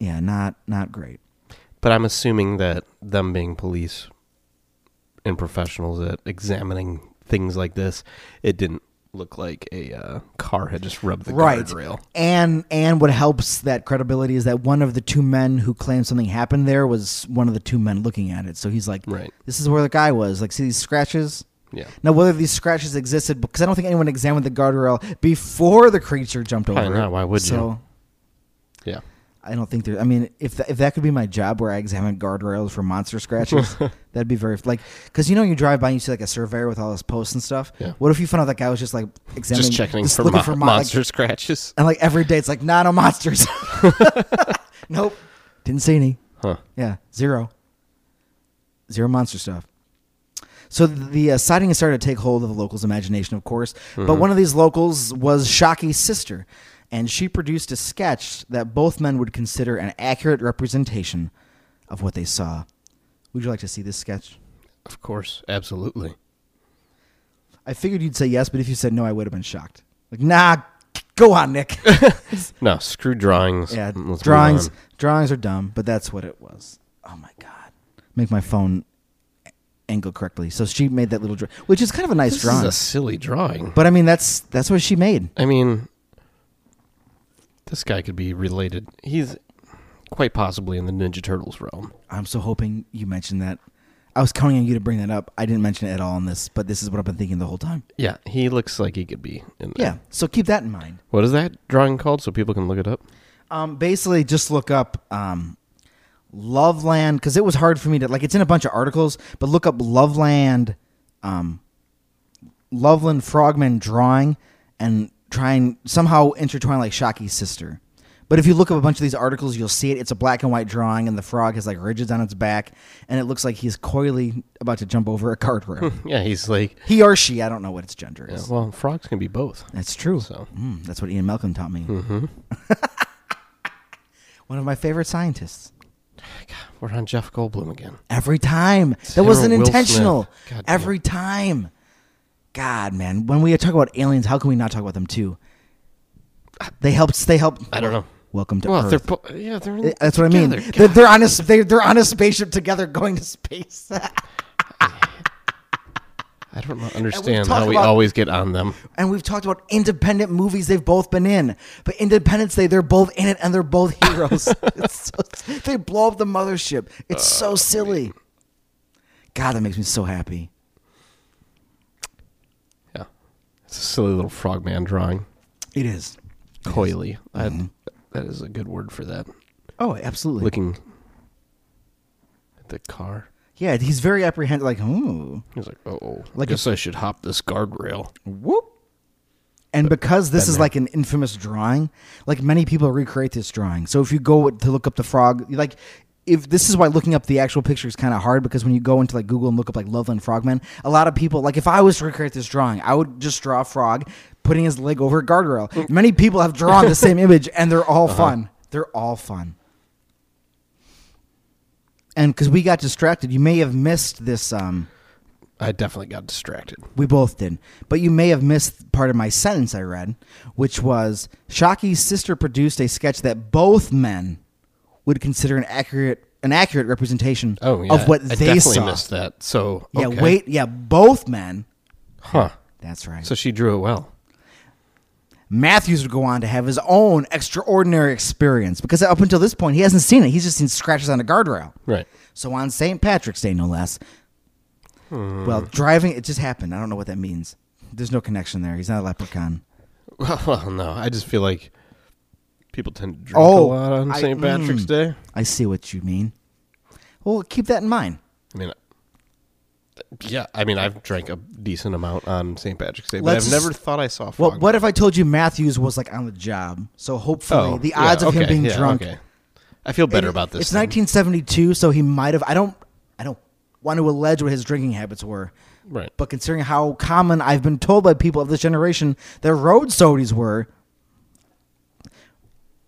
[SPEAKER 2] yeah, not not great.
[SPEAKER 1] But I'm assuming that them being police and professionals at examining things like this, it didn't look like a uh, car had just rubbed the
[SPEAKER 2] Right.
[SPEAKER 1] guardrail.
[SPEAKER 2] And and what helps that credibility is that one of the two men who claimed something happened there was one of the two men looking at it. So he's like,
[SPEAKER 1] Right.
[SPEAKER 2] "This is where the guy was. Like, see these scratches."
[SPEAKER 1] Yeah.
[SPEAKER 2] Now, whether these scratches existed, because I don't think anyone examined the guardrail before the creature jumped over.
[SPEAKER 1] Probably
[SPEAKER 2] it.
[SPEAKER 1] not. Why would you?
[SPEAKER 2] So
[SPEAKER 1] Yeah.
[SPEAKER 2] I don't think there. I mean, if that, if that could be my job, where I examine guardrails for monster
[SPEAKER 1] <laughs>
[SPEAKER 2] scratches, that'd be very like because you know you drive by and you see like a surveyor with all his posts and stuff.
[SPEAKER 1] Yeah.
[SPEAKER 2] What if you found out that guy was just like examining,
[SPEAKER 1] Just checking
[SPEAKER 2] just
[SPEAKER 1] for,
[SPEAKER 2] looking
[SPEAKER 1] mo-
[SPEAKER 2] for mon- like,
[SPEAKER 1] monster scratches.
[SPEAKER 2] and like every day, it's like, nah, no
[SPEAKER 1] <laughs>
[SPEAKER 2] monsters. <laughs> nope. Didn't see any.
[SPEAKER 1] Huh.
[SPEAKER 2] Yeah, zero. Zero monster stuff. So th- the uh, sighting started to take hold of the locals' imagination, of course. But one of these locals was Shockey's sister, and she produced a sketch that both men would consider an accurate representation of what they saw. Would you like to see this sketch?
[SPEAKER 1] Of course. Absolutely.
[SPEAKER 2] I figured you'd say yes, but if you said no, I would have been shocked. Like, nah, go on, Nick. <laughs>
[SPEAKER 1] No, screw drawings.
[SPEAKER 2] Yeah,
[SPEAKER 1] Mm, let's move
[SPEAKER 2] drawings
[SPEAKER 1] on.
[SPEAKER 2] drawings are dumb, but that's what it was. Oh my god, make my phone a- angle correctly. So she made that little drawing, which is kind of a nice
[SPEAKER 1] This
[SPEAKER 2] drawing.
[SPEAKER 1] is a silly drawing.
[SPEAKER 2] but I mean, that's that's what she made.
[SPEAKER 1] I mean, this guy could be related. He's quite possibly in the Ninja Turtles realm.
[SPEAKER 2] I'm so hoping you mentioned that. I was counting on you to bring that up. I didn't mention it at all in this, but this is what I've been thinking the whole time.
[SPEAKER 1] Yeah, he looks like he could be in there.
[SPEAKER 2] Yeah, so keep that in mind.
[SPEAKER 1] What is that drawing called so people can look it up?
[SPEAKER 2] Um, basically, just look up um, Loveland because it was hard for me to like. It's in a bunch of articles, but look up Loveland, um, Loveland Frogman drawing, and try and somehow intertwine like Shockey's sister. But if you look up a bunch of these articles, you'll see it. It's a black and white drawing, and the frog has like ridges on its back, and it looks like he's coyly about to jump over a guardrail.
[SPEAKER 1] <laughs> Yeah, he's like,
[SPEAKER 2] he or she, I don't know what its gender
[SPEAKER 1] yeah,
[SPEAKER 2] is.
[SPEAKER 1] well, frogs can be both.
[SPEAKER 2] That's true.
[SPEAKER 1] So, Mm-hmm.
[SPEAKER 2] Mm, that's what Ian Malcolm taught me. <laughs> One of my favorite scientists.
[SPEAKER 1] we're on Jeff Goldblum again.
[SPEAKER 2] Every time. That
[SPEAKER 1] Sarah
[SPEAKER 2] wasn't
[SPEAKER 1] Will
[SPEAKER 2] intentional.
[SPEAKER 1] Smith. God damn.
[SPEAKER 2] Every time. God, man. When we talk about aliens, how can we not talk about them too? They helped. They helped.
[SPEAKER 1] I don't know.
[SPEAKER 2] Welcome to
[SPEAKER 1] Well, they're
[SPEAKER 2] Earth.
[SPEAKER 1] po- yeah, they're
[SPEAKER 2] Eh, That's what I mean.
[SPEAKER 1] together.
[SPEAKER 2] They're, they're on a s- <laughs> they're, they're on a spaceship together, going to space.
[SPEAKER 1] I don't understand
[SPEAKER 2] talked
[SPEAKER 1] how we
[SPEAKER 2] about-
[SPEAKER 1] always get on them.
[SPEAKER 2] And we've talked about independent movies they've both been in. But Independence Day, they're both in it and they're both heroes. <laughs> It's so- they blow up the mothership. It's so silly. God, that makes me so happy.
[SPEAKER 1] Yeah, it's a silly little frogman drawing.
[SPEAKER 2] It is.
[SPEAKER 1] Coily. I-
[SPEAKER 2] Mm-hmm.
[SPEAKER 1] that is a good word for that.
[SPEAKER 2] Oh, absolutely.
[SPEAKER 1] Looking at the car,
[SPEAKER 2] yeah, he's very apprehensive. Like, hmm. ooh.
[SPEAKER 1] he's like, "Oh, I
[SPEAKER 2] Like
[SPEAKER 1] guess I should hop this guardrail."
[SPEAKER 2] Whoop. And because this
[SPEAKER 1] been
[SPEAKER 2] is
[SPEAKER 1] there.
[SPEAKER 2] like an infamous drawing, like many people recreate this drawing. So if you go to look up the frog, like if this is why looking up the actual picture is kind of hard because when you go into like Google and look up like Loveland Frogman, a lot of people like if I was to recreate this drawing, I would just draw a frog putting his leg over a guardrail. many people have drawn the same image, and they're all fun. They're all fun. And because we got distracted, you may have missed this. Um,
[SPEAKER 1] I definitely got distracted.
[SPEAKER 2] we both did. But you may have missed part of my sentence I read, which was Shockey's sister produced a sketch that both men would consider an accurate an accurate representation
[SPEAKER 1] Oh, yeah.
[SPEAKER 2] of what they
[SPEAKER 1] I definitely
[SPEAKER 2] saw.
[SPEAKER 1] missed that. So
[SPEAKER 2] Yeah,
[SPEAKER 1] okay.
[SPEAKER 2] wait, yeah, both men.
[SPEAKER 1] huh?
[SPEAKER 2] That's right.
[SPEAKER 1] So she drew it well.
[SPEAKER 2] Matthews would go on to have his own extraordinary experience because up until this point he hasn't seen it. He's just seen scratches on a guardrail.
[SPEAKER 1] Right.
[SPEAKER 2] So on St. Patrick's Day, no less.
[SPEAKER 1] Hmm.
[SPEAKER 2] Well, driving it just happened. I don't know what that means. There's no connection there. He's not a leprechaun.
[SPEAKER 1] Well, well, <laughs> no, I just feel like people tend to drink
[SPEAKER 2] Oh,
[SPEAKER 1] a lot on
[SPEAKER 2] I-
[SPEAKER 1] St. Patrick's
[SPEAKER 2] mm.
[SPEAKER 1] Day.
[SPEAKER 2] I see what you mean. Well, keep that in mind.
[SPEAKER 1] I mean, yeah, I mean, I've drank a decent amount on St. Patrick's Day, but
[SPEAKER 2] Let's
[SPEAKER 1] I've
[SPEAKER 2] just-
[SPEAKER 1] never thought I saw
[SPEAKER 2] Well,
[SPEAKER 1] frog.
[SPEAKER 2] what if I told you Matthews was like on the job? So hopefully, the
[SPEAKER 1] Oh, yeah,
[SPEAKER 2] odds of him
[SPEAKER 1] okay,
[SPEAKER 2] being
[SPEAKER 1] yeah,
[SPEAKER 2] drunk.
[SPEAKER 1] Okay. I feel better
[SPEAKER 2] It-
[SPEAKER 1] about this.
[SPEAKER 2] It's
[SPEAKER 1] then.
[SPEAKER 2] 1972, so he might have. I don't. I don't want to allege what his drinking habits were.
[SPEAKER 1] Right.
[SPEAKER 2] But considering how common I've been told by people of this generation their road sodies were,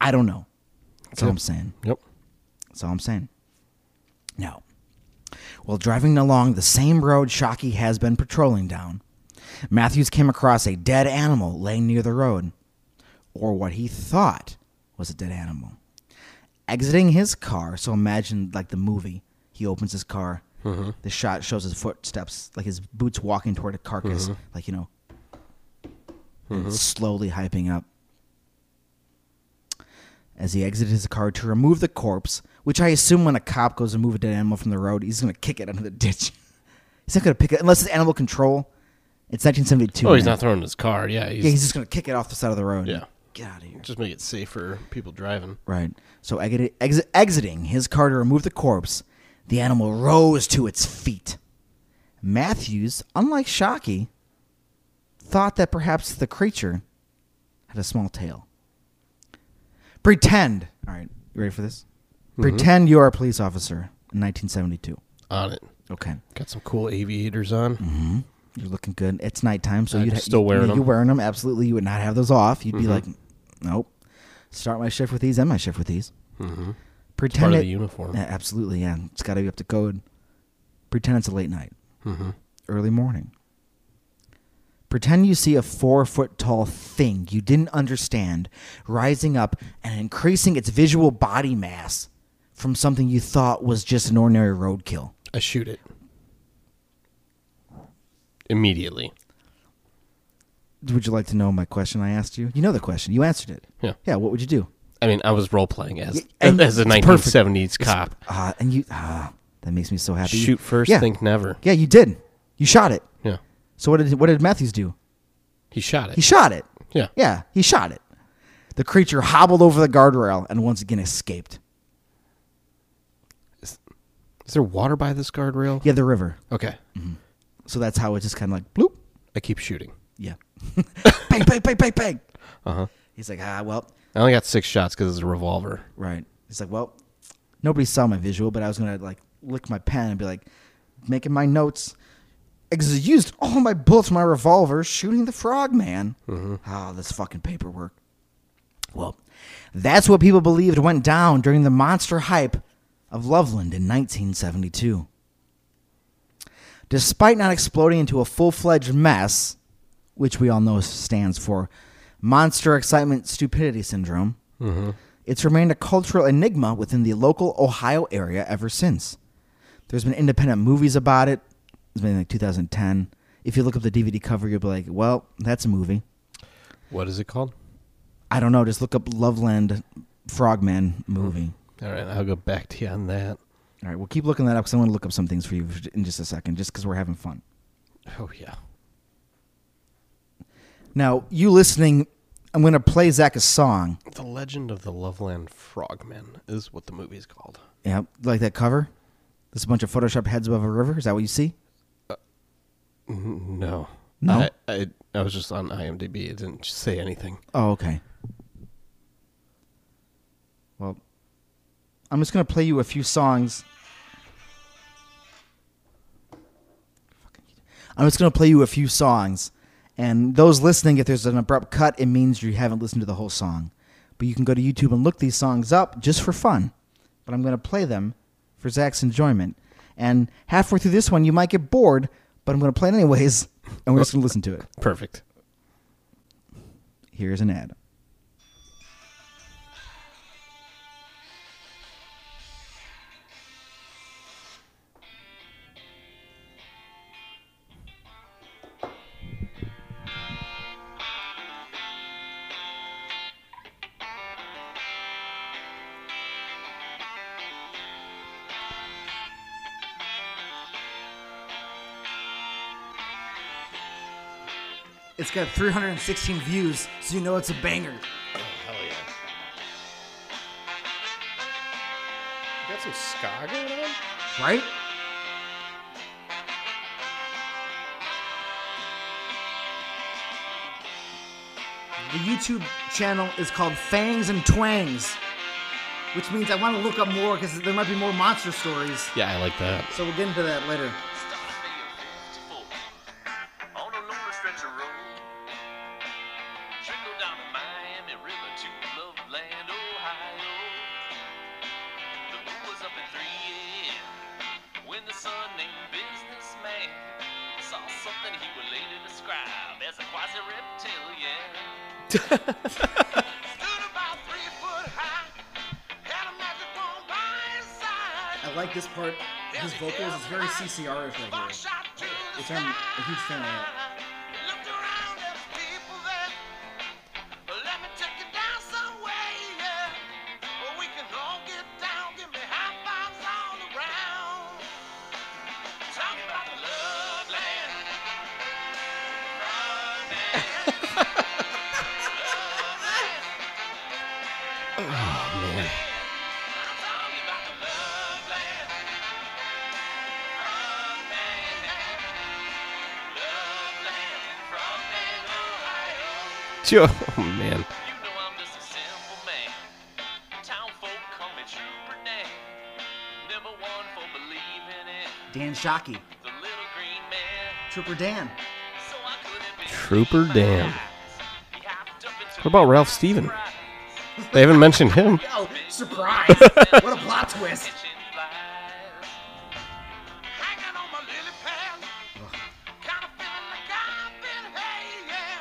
[SPEAKER 2] I don't know. That's all
[SPEAKER 1] Okay.
[SPEAKER 2] I'm saying.
[SPEAKER 1] Yep.
[SPEAKER 2] That's all I'm saying. Now, while driving along the same road Shockey has been patrolling down, Matthews came across a dead animal laying near the road, or what he thought was a dead animal. Exiting his car, so imagine like the movie, he opens his car.
[SPEAKER 1] Mm-hmm.
[SPEAKER 2] The shot shows his footsteps, like his boots walking toward a
[SPEAKER 1] Mm-hmm.
[SPEAKER 2] carcass, like, you know, and slowly hyping up as he exited his car to remove the corpse, which I assume when a cop goes to move a dead animal from the road, he's going to kick it under the <laughs> ditch. he's not going to pick it unless it's animal control. It's 1972.
[SPEAKER 1] Oh, he's
[SPEAKER 2] man.
[SPEAKER 1] not throwing his car. Yeah, he's,
[SPEAKER 2] Yeah, he's just going to kick it off the side of the road.
[SPEAKER 1] Yeah.
[SPEAKER 2] Get out of here.
[SPEAKER 1] just make it safer people driving.
[SPEAKER 2] Right. So exi- exi- exiting his car to remove the corpse, the animal rose to its feet. Matthews, unlike Shockey, thought that perhaps the creature had a small tail. Pretend. All right, you ready for this?
[SPEAKER 1] Mm-hmm.
[SPEAKER 2] Pretend you are a police officer in 1972.
[SPEAKER 1] On it,
[SPEAKER 2] Okay.
[SPEAKER 1] got some cool aviators on.
[SPEAKER 2] Mm. You're looking good. It's nighttime, so
[SPEAKER 1] Mm-hmm. I'm
[SPEAKER 2] you'd ha-
[SPEAKER 1] still
[SPEAKER 2] you- you,
[SPEAKER 1] wearing them. Mm-hmm.
[SPEAKER 2] You're wearing them. Absolutely, you would not have those off. You'd be like, nope. Start my shift with these, end my shift with these.
[SPEAKER 1] Mm-hmm.
[SPEAKER 2] Pretend
[SPEAKER 1] Part of
[SPEAKER 2] it-
[SPEAKER 1] the uniform.
[SPEAKER 2] Yeah, absolutely, yeah. It's got to be up to code. Pretend it's a late night,
[SPEAKER 1] Mm-hmm.
[SPEAKER 2] early morning. Pretend you see a four foot tall thing you didn't understand rising up and increasing its visual body mass from something you thought was just an ordinary roadkill.
[SPEAKER 1] I shoot it immediately.
[SPEAKER 2] Would you like to know my question I asked you? You know the question. You answered it.
[SPEAKER 1] Yeah.
[SPEAKER 2] Yeah, what would you do?
[SPEAKER 1] I mean, I was role playing as
[SPEAKER 2] Yeah, and
[SPEAKER 1] as a
[SPEAKER 2] it's perfect.
[SPEAKER 1] 1970s cop.
[SPEAKER 2] Ah, and you, ah, that makes me so happy.
[SPEAKER 1] Shoot first,
[SPEAKER 2] yeah.
[SPEAKER 1] think never.
[SPEAKER 2] Yeah, you did. You shot it.
[SPEAKER 1] Yeah,
[SPEAKER 2] So what did, what did Matthews do?
[SPEAKER 1] he shot it.
[SPEAKER 2] He shot it.
[SPEAKER 1] yeah,
[SPEAKER 2] Yeah, he shot it. The creature hobbled over the guardrail and once again escaped.
[SPEAKER 1] Is there water by this guardrail?
[SPEAKER 2] Yeah, Mm. the river.
[SPEAKER 1] Okay.
[SPEAKER 2] So that's how it just kind of like bloop.
[SPEAKER 1] I keep shooting.
[SPEAKER 2] Yeah. <laughs> bang, bang, bang, bang, bang.
[SPEAKER 1] Uh huh.
[SPEAKER 2] He's like, ah, well,
[SPEAKER 1] I only got six shots because it's a revolver.
[SPEAKER 2] right. He's like, well, nobody saw my visual, but I was going to like lick my pen and be like, making my notes. Ex- Used all my bullets from my revolver shooting the frog man. Ah, this fucking paperwork. Well, that's what people believed went down during the monster hype of Loveland in 1972. Despite not exploding into a full fledged mess, which we all know stands for Monster Excitement Stupidity Syndrome, it's remained a cultural enigma within the local Ohio area ever since. There's been independent movies about it. It's been like 2010. if you look up the DVD cover, you'll be like, well, that's a movie.
[SPEAKER 1] What is it called?
[SPEAKER 2] I don't know. Just look up Loveland Frogman movie.
[SPEAKER 1] All right, I'll go back to you on that.
[SPEAKER 2] All right, we'll keep looking that up because I want to look up some things for you in just a second, just because we're having fun.
[SPEAKER 1] Oh yeah.
[SPEAKER 2] Now, you listening, I'm going to play Zach a song.
[SPEAKER 1] The Legend of the Loveland Frogmen is what the movie is called.
[SPEAKER 2] Yeah, like that cover? There's a bunch of Photoshop heads above a river. Is that what you see?
[SPEAKER 1] N- No.
[SPEAKER 2] No?
[SPEAKER 1] I, I, I was just on IMDb. It didn't say anything.
[SPEAKER 2] Oh, okay. Well, I'm just going to play you a few songs. I'm just going to play you a few songs. And those listening, if there's an abrupt cut, it means you haven't listened to the whole song. But you can go to YouTube and look these songs up just for fun. But I'm going to play them for Zach's enjoyment. And halfway through this one, you might get bored, but I'm going to play it anyways, <laughs> and we're just going to listen to it.
[SPEAKER 1] Perfect.
[SPEAKER 2] Here's an ad. It's got 316 views, so you know it's a banger.
[SPEAKER 1] Hell yeah. You got some ska going on?
[SPEAKER 2] Right? The YouTube channel is called Fangs and Twangs, which means I want to look up more because there might be more monster stories.
[SPEAKER 1] Yeah, I like that.
[SPEAKER 2] So we'll get into that later.
[SPEAKER 3] On a lonely stretch of road, trickle down the Miami River to Loveland, Ohio. The moon was up at 3 a.m. when the son named businessman saw something he would later describe as a quasi reptilian. Stood about three foot high, had a magic wand by his side.
[SPEAKER 2] I like this part. His vocals is very CCR ish right here. Which I'm a huge fan of that.
[SPEAKER 1] Oh, <laughs> Joe, oh, man.
[SPEAKER 3] You know I'm just a simple man. Town folk call me Trooper Dan. Never one for believing in
[SPEAKER 2] Dan Shockey,
[SPEAKER 3] the little green man.
[SPEAKER 2] Trooper Dan.
[SPEAKER 3] So I couldn't be
[SPEAKER 1] Trooper Dan. What about Ralph Steven? They haven't mentioned him.
[SPEAKER 2] Oh, surprise! <laughs> what a plot twist!
[SPEAKER 3] Hanging on my lily pad. Kinda feeling like I've been hating.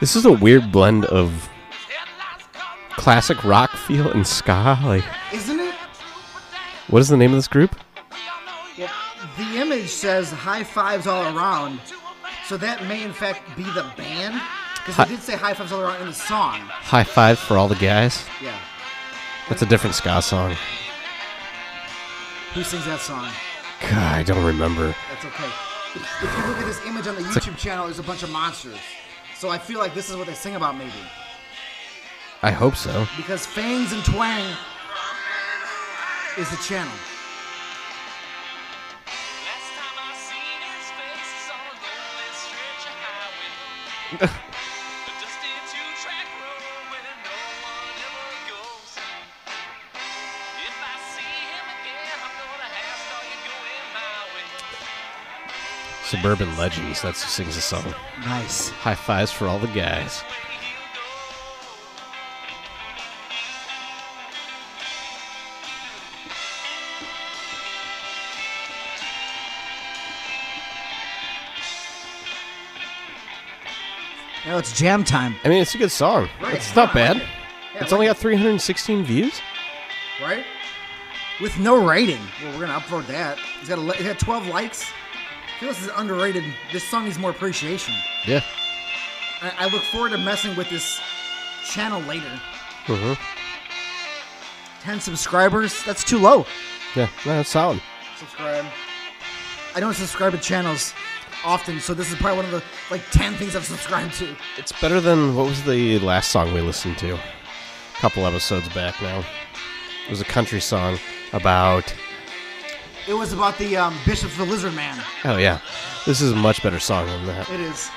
[SPEAKER 1] This is a weird blend of
[SPEAKER 3] His headlights come my
[SPEAKER 1] classic rock feel and ska. Like,
[SPEAKER 2] Isn't it?
[SPEAKER 3] Trooper Dan.
[SPEAKER 1] what is the name of this group?
[SPEAKER 3] We all know you're
[SPEAKER 2] The image says high fives all around, so that may in fact be the band. Because
[SPEAKER 1] Hi-
[SPEAKER 2] they did say high fives all around in the song.
[SPEAKER 1] High Five for All the Guys.
[SPEAKER 2] Yeah.
[SPEAKER 1] That's a different ska song.
[SPEAKER 2] Who sings that song?
[SPEAKER 1] God, I don't remember.
[SPEAKER 2] That's okay. If if you look at this image on the YouTube channel, there's a bunch of monsters. So I feel like this is what they sing about, maybe.
[SPEAKER 1] I hope so.
[SPEAKER 2] Because Fangs and Twang is the channel.
[SPEAKER 3] Last time I seen his face is on a lonely stretch of highway. a dusty two-track road where no one ever goes. If I see him again, I'm gonna ask, are you going my way?
[SPEAKER 1] Suburban Legends. That's who sings the song.
[SPEAKER 2] Nice.
[SPEAKER 1] High Fives for All the Guys.
[SPEAKER 3] Way he'll go.
[SPEAKER 2] Now it's jam time,
[SPEAKER 1] I mean, it's a good song.
[SPEAKER 2] Right.
[SPEAKER 1] It's not bad.
[SPEAKER 2] Yeah,
[SPEAKER 1] It's only got 316 views.
[SPEAKER 2] right? With no rating. Well, we're gonna upload that. It's got, ele- it's got 12 likes,
[SPEAKER 4] feel this is underrated. This song needs more appreciation.
[SPEAKER 1] Yeah.
[SPEAKER 4] I, I look forward to messing with this channel later.
[SPEAKER 1] hmm
[SPEAKER 4] 10 subscribers? That's too low.
[SPEAKER 1] Yeah. No, that's solid.
[SPEAKER 4] Subscribe. I don't subscribe to channels often, so this is probably one of the like 10 things I've subscribed to.
[SPEAKER 1] It's better than what was the last song we listened to? A couple episodes back now. It was a country song about.
[SPEAKER 4] It was about the um, Bishop the Lizard Man.
[SPEAKER 1] Oh yeah, this is a much better song than that.
[SPEAKER 4] It is.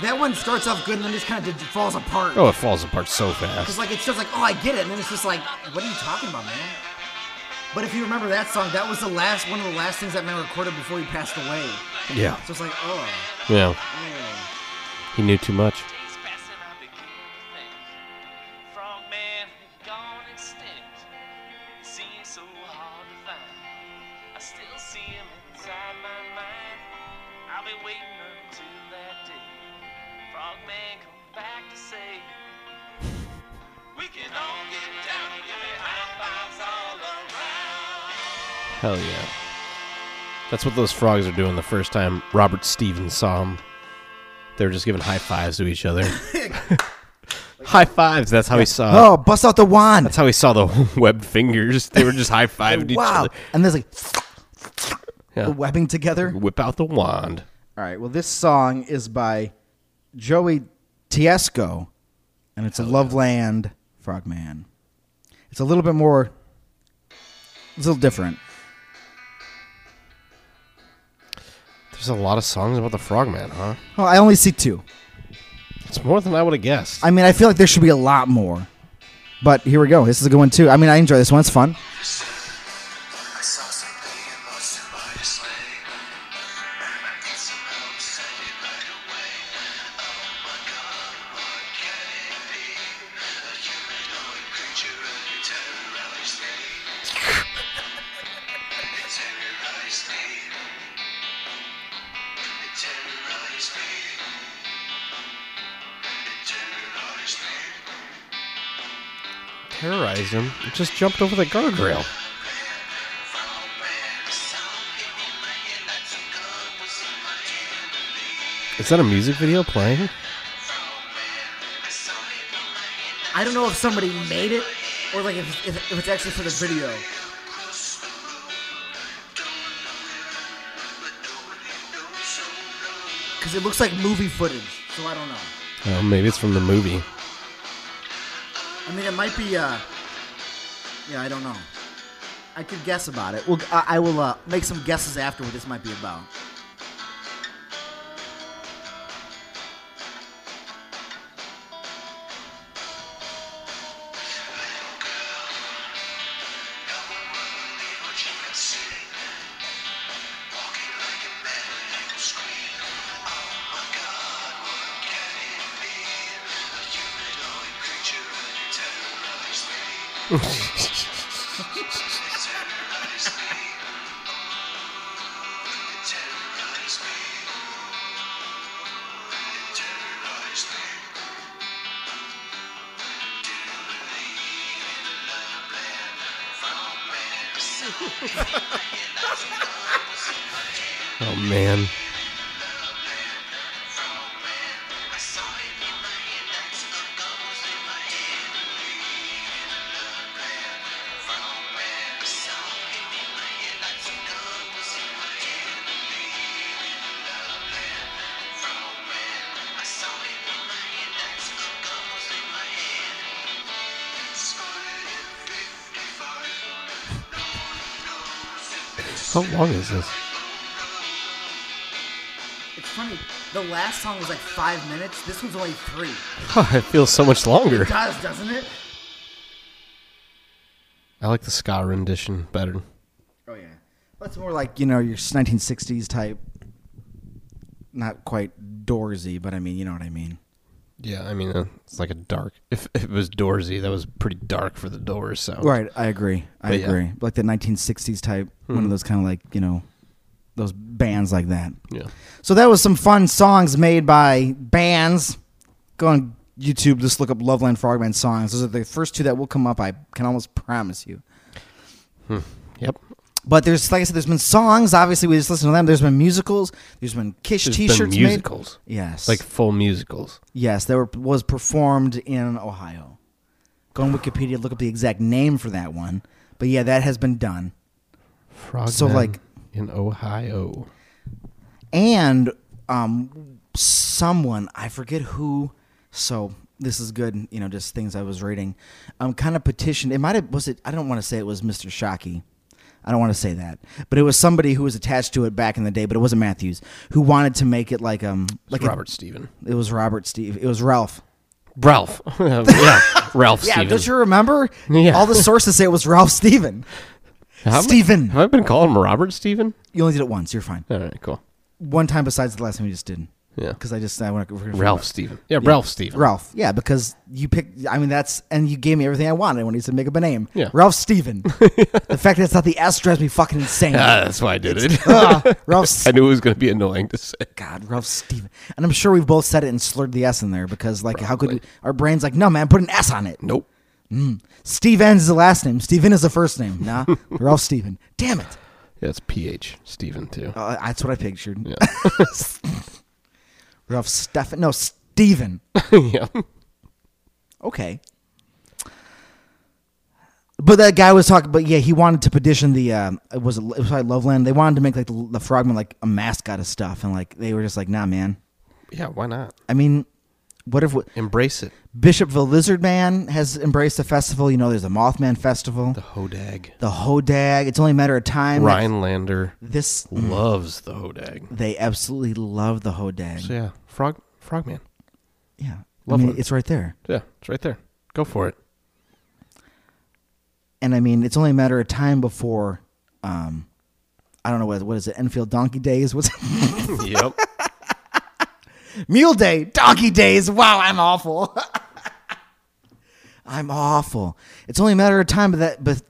[SPEAKER 4] That one starts off good and then just kind of falls apart.
[SPEAKER 1] Oh, it falls apart so fast.
[SPEAKER 4] Because like it's just like, oh, I get it, and then it's just like, what are you talking about, man? But if you remember that song, that was the last one of the last things that man recorded before he passed away.
[SPEAKER 1] Yeah.
[SPEAKER 4] So it's like, oh,
[SPEAKER 1] Yeah.
[SPEAKER 4] man.
[SPEAKER 2] Mm.
[SPEAKER 1] He knew too much.
[SPEAKER 3] Days passing, I begin to think Frogman had gone extinct. It seems so hard to find. I still see him inside my mind. I'll be waiting until that day. Frogman come back to say, We can all get down and give me high fives all around.
[SPEAKER 1] Hell yeah. That's what those frogs are doing the first time Robert Stevens saw them. They were just giving high fives to
[SPEAKER 2] <laughs>
[SPEAKER 1] each other. high fives. That's how he saw.
[SPEAKER 2] oh, bust out the wand.
[SPEAKER 1] That's how he saw the <laughs> webbed fingers. They were just
[SPEAKER 2] <laughs>
[SPEAKER 1] high fiving each
[SPEAKER 2] Wow.
[SPEAKER 1] other.
[SPEAKER 2] And there's like
[SPEAKER 1] Yeah.
[SPEAKER 2] webbing together.
[SPEAKER 1] Whip out the wand.
[SPEAKER 2] All right. Well, this song is by Joey Tiesco, and it's a Loveland Frogman. It's a little bit more, it's a little different.
[SPEAKER 1] There's a lot of songs about the frogman, huh?
[SPEAKER 2] Well, Oh, I only see two.
[SPEAKER 1] It's more than I would have guessed.
[SPEAKER 2] I mean, I feel like there should be a lot more, but here we go. This is a good one too. I mean, I enjoy this one. It's fun.
[SPEAKER 5] I saw something in most of my display. I need some help, send it right away. Oh my god, what can it be? A humanoid creature and you terrorize me. It terrorized me. It terrorized me. It terrorized me.
[SPEAKER 1] Terrorized him. It just jumped over the guardrail. Is that a music video playing?
[SPEAKER 4] I don't know if somebody made it or like if, if, if it's actually for the video. Because it looks like movie footage, so I don't know.
[SPEAKER 1] Oh, maybe it's from the movie.
[SPEAKER 4] I mean, it might be. Uh, yeah, I don't know. I could guess about it. Well, I, I will uh, make some guesses after what this might be about.
[SPEAKER 1] Oh man. How long is this? <laughs>
[SPEAKER 4] It's funny. The last song was like five minutes. This one's only three.
[SPEAKER 1] it feels so much
[SPEAKER 2] <laughs>
[SPEAKER 1] longer.
[SPEAKER 4] Does doesn't it?
[SPEAKER 1] I like the ska rendition better.
[SPEAKER 4] Oh yeah.
[SPEAKER 2] That's more like you know your 1960s type. Not quite Doorsy, but I mean, you know what I mean.
[SPEAKER 1] Yeah, I mean, uh, it's like a dark. If, if it was Doorsy, that was pretty dark for the Doors sound.
[SPEAKER 2] Right, I agree. I
[SPEAKER 1] But yeah. Hmm.
[SPEAKER 2] agree. Like the 1960s type, one of those kind of like you know, those bands like that.
[SPEAKER 1] Yeah.
[SPEAKER 2] So that was some fun songs made by bands. Go on YouTube, just look up Loveland Frogman songs. Those are the first two that will come up. I can almost promise you.
[SPEAKER 1] Yep.
[SPEAKER 2] But there's like I said, there's been songs. Obviously, we just listen to them. There's been musicals. There's been Kish
[SPEAKER 1] There's been
[SPEAKER 2] T-shirts made.
[SPEAKER 1] musicals.
[SPEAKER 2] Yes,
[SPEAKER 1] Like full musicals.
[SPEAKER 2] yes, there were, was performed in Ohio. Go on Wikipedia, look up the exact name for that one. But yeah, that has been done.
[SPEAKER 1] Frog
[SPEAKER 2] So, like-
[SPEAKER 1] in Ohio.
[SPEAKER 2] and um, someone I forget who. So this is good, you know, just things I was reading. Um, kind of petitioned. It might have was it. I don't want to say it was Mr. Shockey. I don't want to say that, but it was somebody who was attached to it back in the day. But it wasn't Matthews who wanted to make it like um like
[SPEAKER 1] Like
[SPEAKER 2] a-
[SPEAKER 1] Robert Steven.
[SPEAKER 2] it was Robert Steve. It was Ralph.
[SPEAKER 1] Ralph. <laughs> yeah. Ralph
[SPEAKER 2] Yeah,
[SPEAKER 1] Steven.
[SPEAKER 2] don't you remember?
[SPEAKER 1] Yeah.
[SPEAKER 2] All the sources say it was Ralph Steven.
[SPEAKER 1] Have I-
[SPEAKER 2] Steven.
[SPEAKER 1] Have I been calling him Robert Steven?
[SPEAKER 2] You only did it once. You're fine.
[SPEAKER 1] All right, cool.
[SPEAKER 2] One time besides the last time you just didn't.
[SPEAKER 1] Yeah.
[SPEAKER 2] Because I just I want to
[SPEAKER 1] Ralph Steven. Yeah, Ralph Steven.
[SPEAKER 2] Ralph, yeah, because you picked. I mean, that's and you gave me everything I wanted when you said make up a name.
[SPEAKER 1] Yeah.
[SPEAKER 2] Ralph
[SPEAKER 1] <laughs>
[SPEAKER 2] Steven. the fact that it's not the S drives me fucking insane. <laughs>
[SPEAKER 1] Ah, that's why I did it.
[SPEAKER 2] Ah, Ralph. S-
[SPEAKER 1] <laughs> I knew it was going to be annoying to say.
[SPEAKER 2] God, Ralph Steven. And I'm sure we've both said it and slurred the S in there because, like, how could we, our brains like, no, man, put an S on it.
[SPEAKER 1] Nope.
[SPEAKER 2] Stevens is the last name. Steven is the first name.
[SPEAKER 1] <laughs>
[SPEAKER 2] Nah, Ralph Steven. Damn it.
[SPEAKER 1] Yeah, it's PH Steven too.
[SPEAKER 2] Uh, that's what I pictured.
[SPEAKER 1] Yeah.
[SPEAKER 2] <laughs> Ralph Stefan. No, Steven.
[SPEAKER 1] <laughs> yeah.
[SPEAKER 2] Okay. But that guy was talking. But yeah, he wanted to petition the. Um, it was it was probably Loveland. They wanted to make like the, the Frogman like a mascot of stuff, and like they were just like, nah, man.
[SPEAKER 1] Yeah, why not?
[SPEAKER 2] I mean, what if we,
[SPEAKER 1] Embrace it.
[SPEAKER 2] Bishopville Lizard Man has embraced the festival? You know, there's a Mothman Festival,
[SPEAKER 1] The Hodag.
[SPEAKER 2] the Hodag. It's only a matter of time. that
[SPEAKER 1] Ryan Lander
[SPEAKER 2] This
[SPEAKER 1] Mm-hmm. loves the Hodag.
[SPEAKER 2] they absolutely love the Hodag.
[SPEAKER 1] So yeah, Frog Frogman.
[SPEAKER 2] yeah, I mean,
[SPEAKER 1] Loveland.
[SPEAKER 2] it's right there.
[SPEAKER 1] Yeah, it's right there. Go for it.
[SPEAKER 2] and I mean, it's only a matter of time before, um, I don't know what what is it? Enfield Donkey Days? What's <laughs>
[SPEAKER 1] <laughs> yep.
[SPEAKER 2] Mule Day? Donkey Days? Wow, I'm awful. <laughs> I'm awful. It's only a matter of time that but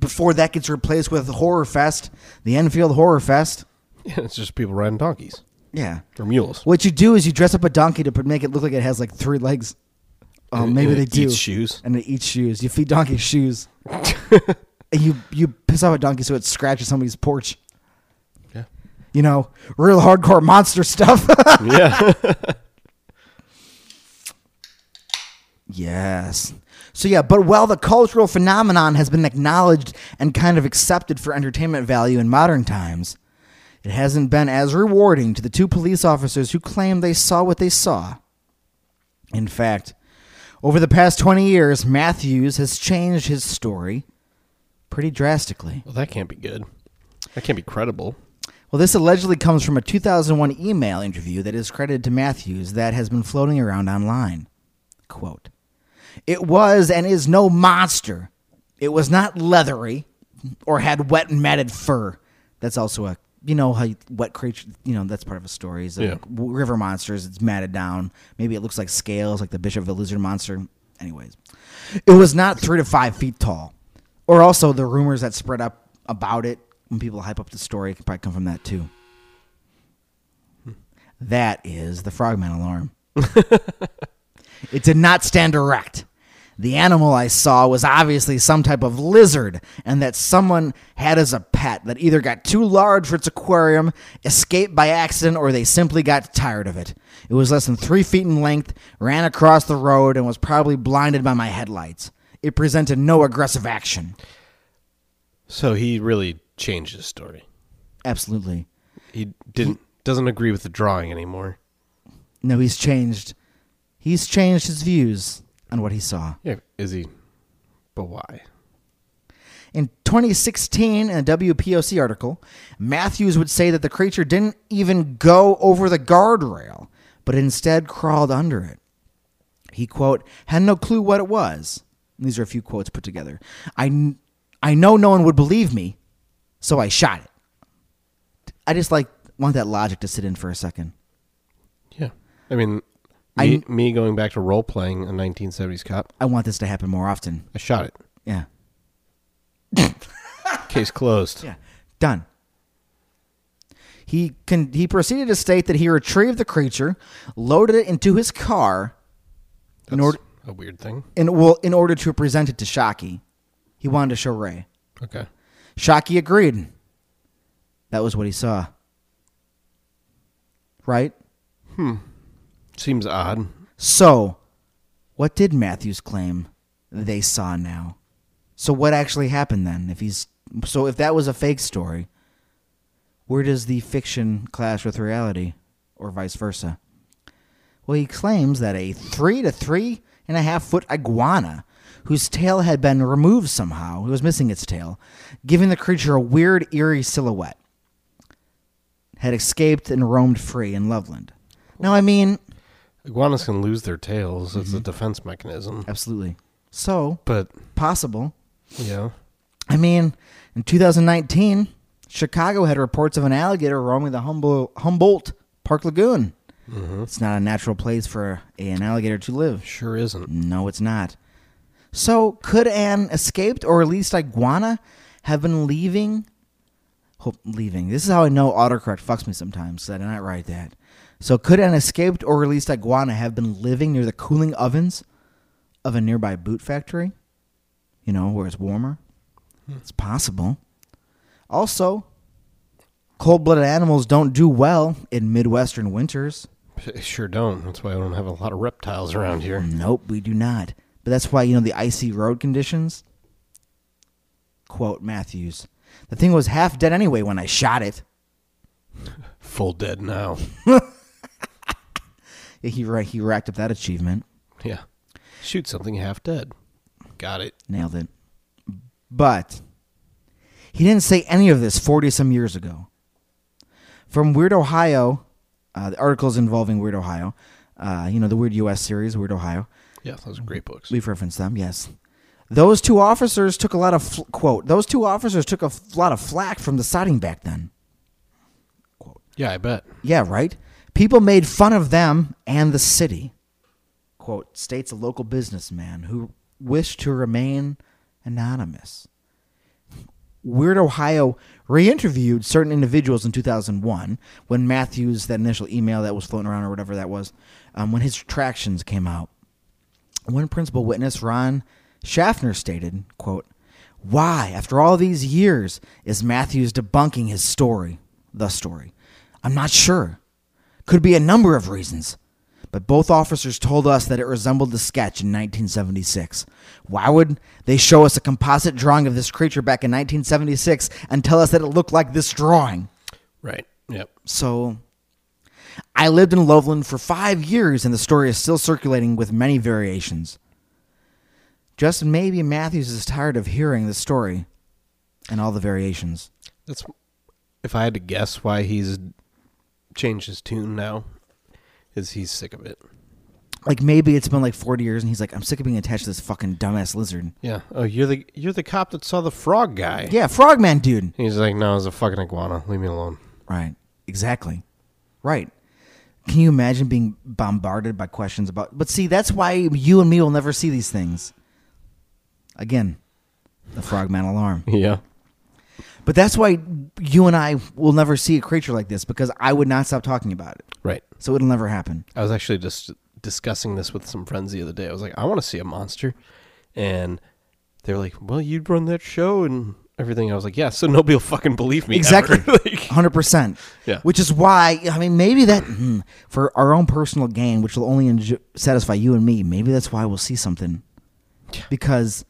[SPEAKER 2] before that gets replaced with Horror Fest, the Enfield Horror Fest.
[SPEAKER 1] Yeah, it's just people riding donkeys
[SPEAKER 2] Yeah.
[SPEAKER 1] or mules.
[SPEAKER 2] What you do is you dress up a donkey to put- make it look like it has like three legs. Oh,
[SPEAKER 1] And-
[SPEAKER 2] maybe
[SPEAKER 1] and
[SPEAKER 2] they
[SPEAKER 1] it
[SPEAKER 2] do.
[SPEAKER 1] eats shoes.
[SPEAKER 2] And it eats shoes. You feed donkey
[SPEAKER 1] <laughs>
[SPEAKER 2] shoes. and you you piss off a donkey so it scratches somebody's porch.
[SPEAKER 1] Yeah.
[SPEAKER 2] you know, real hardcore monster stuff.
[SPEAKER 1] <laughs> yeah.
[SPEAKER 2] <laughs> yes. So yeah, but while the cultural phenomenon has been acknowledged and kind of accepted for entertainment value in modern times, it hasn't been as rewarding to the two police officers who claimed they saw what they saw. In fact, over the past 20 years, Matthews has changed his story pretty drastically.
[SPEAKER 1] Well, that can't be good. That can't be credible.
[SPEAKER 2] Well, this allegedly comes from a 2001 email interview that is credited to Matthews that has been floating around online. Quote It was and is no monster. It was not leathery or had wet and matted fur. That's also a, you know, how you- wet creature, you know, that's part of a story. Is
[SPEAKER 1] Yeah.
[SPEAKER 2] like w- river monsters, it's matted down. Maybe it looks like scales, like the Bishop of the Lizard Monster. Anyways, it was not three to five feet tall. Or also the rumors that spread up about it when people hype up the story can probably come from that too. That is the frogman alarm. it did not stand erect. The animal I saw was obviously some type of lizard, and that someone had as a pet that either got too large for its aquarium, escaped by accident, or they simply got tired of it. It was less than three feet in length, ran across the road, and was probably blinded by my headlights. It presented no aggressive action.
[SPEAKER 1] So he really changed his story.
[SPEAKER 2] Absolutely.
[SPEAKER 1] He didn't doesn't agree with the drawing anymore.
[SPEAKER 2] No, he's changed. He's changed his views on what he saw.
[SPEAKER 1] Yeah, is he? But why?
[SPEAKER 2] In 2016, in a WPOC article, Matthews would say that the creature didn't even go over the guardrail, but instead crawled under it. He, quote, had no clue what it was. And These are a few quotes put together. I, kn- I know no one would believe me, so I shot it. I just like want that logic to sit in for a second.
[SPEAKER 1] Yeah. I mean,
[SPEAKER 2] I-
[SPEAKER 1] me, me going back to role playing a 1970s cop,
[SPEAKER 2] I want this to happen more often.
[SPEAKER 1] I shot it.
[SPEAKER 2] Yeah.
[SPEAKER 1] Case closed.
[SPEAKER 2] Yeah. Done. He con- he proceeded to state that he retrieved the creature, loaded it into his car,
[SPEAKER 1] That's
[SPEAKER 2] in order
[SPEAKER 1] a weird thing.
[SPEAKER 2] in well, in order to present it to Shockey. He wanted to show Ray.
[SPEAKER 1] Okay.
[SPEAKER 2] Shockey agreed. That was what he saw. Right?
[SPEAKER 1] Seems odd.
[SPEAKER 2] So, what did Matthews claim they saw now? So what actually happened then? If he's so if that was a fake story, where does the fiction clash with reality or vice versa? Well, he claims that a three to three and a half foot iguana whose tail had been removed somehow, it was missing its tail, giving the creature a weird, eerie silhouette, had escaped and roamed free in Loveland. Now, I mean,
[SPEAKER 1] Iguanas can lose their tails. It's a defense mechanism.
[SPEAKER 2] absolutely. So,
[SPEAKER 1] But
[SPEAKER 2] possible.
[SPEAKER 1] yeah,
[SPEAKER 2] I mean, in 2019, Chicago had reports of an alligator roaming the Humbo- Humboldt Park Lagoon. It's not a natural place for an alligator to live.
[SPEAKER 1] sure isn't.
[SPEAKER 2] No, it's not. So, could an escaped or at least iguana have been leaving? Hope, leaving. This is how I know autocorrect fucks me sometimes. 'cause I did not write that. So, could an escaped or released iguana have been living near the cooling ovens of a nearby boot factory? You know, where it's warmer? It's possible. Also, cold blooded animals don't do well in Midwestern winters.
[SPEAKER 1] They sure don't. That's why I don't have a lot of reptiles around here.
[SPEAKER 2] Nope, we do not. But that's why, you know, the icy road conditions. Quote Matthews. The thing was half dead anyway when I shot it.
[SPEAKER 1] Full dead now.
[SPEAKER 2] Yeah, He, ra- he racked up that achievement.
[SPEAKER 1] Yeah. Shoot something half dead. Got it.
[SPEAKER 2] Nailed it. But he didn't say any of this 40 some years ago. From Weird Ohio, uh, the articles involving Weird Ohio, uh, you know, the Weird US series, Weird Ohio,
[SPEAKER 1] Yeah, those are great books.
[SPEAKER 2] We've referenced them, yes. Those two officers took a lot of fl- quote. Those two officers took a f- lot of flack from the siding back then.
[SPEAKER 1] Yeah, I bet.
[SPEAKER 2] Yeah, right. People made fun of them and the city. Quote states a local businessman who wished to remain anonymous. Weird Ohio re-interviewed certain individuals in 2001 when Matthews, that initial email that was floating around or whatever that was, um, when his tractions came out. One principal witness, Ron Schaffner, stated, quote, Why, after all these years, is Matthews debunking his story, the story? I'm not sure. Could be a number of reasons. But both officers told us that it resembled the sketch in 1976. Why would they show us a composite drawing of this creature back in 1976 and tell us that it looked like this drawing?
[SPEAKER 1] Right. Yep.
[SPEAKER 2] So I lived in Loveland for five years, and the story is still circulating with many variations. Just maybe Matthews is tired of hearing the story and all the variations.
[SPEAKER 1] That's if I had to guess why he's changed his tune now is he's sick of it.
[SPEAKER 2] Like maybe it's been like 40 years, and he's like, I'm sick of being attached to this fucking dumbass lizard.
[SPEAKER 1] Yeah. Oh, you're the you're the cop that saw the frog guy.
[SPEAKER 2] Yeah, frogman dude.
[SPEAKER 1] He's like, no, it's a fucking iguana. Leave me alone. <laughs>
[SPEAKER 2] Right. Exactly. Right. Can you imagine being bombarded by questions about But see, that's why you and me will never see these things. Again, the frogman alarm.
[SPEAKER 1] Yeah.
[SPEAKER 2] But that's why you and I will never see a creature like this because I would not stop talking about it.
[SPEAKER 1] Right.
[SPEAKER 2] So it'll never happen.
[SPEAKER 1] I was actually just discussing this with some friends the other day. I was like, I want to see a monster, and they're like, Well, you'd run that show and everything. I was like, Yeah, so nobody will fucking believe me.
[SPEAKER 2] Exactly.
[SPEAKER 1] ever." <laughs> like,
[SPEAKER 2] 100%.
[SPEAKER 1] Yeah.
[SPEAKER 2] Which is why, I mean, maybe that, hmm, for our own personal gain, which will only enjo- satisfy you and me, maybe that's why we'll see something. Because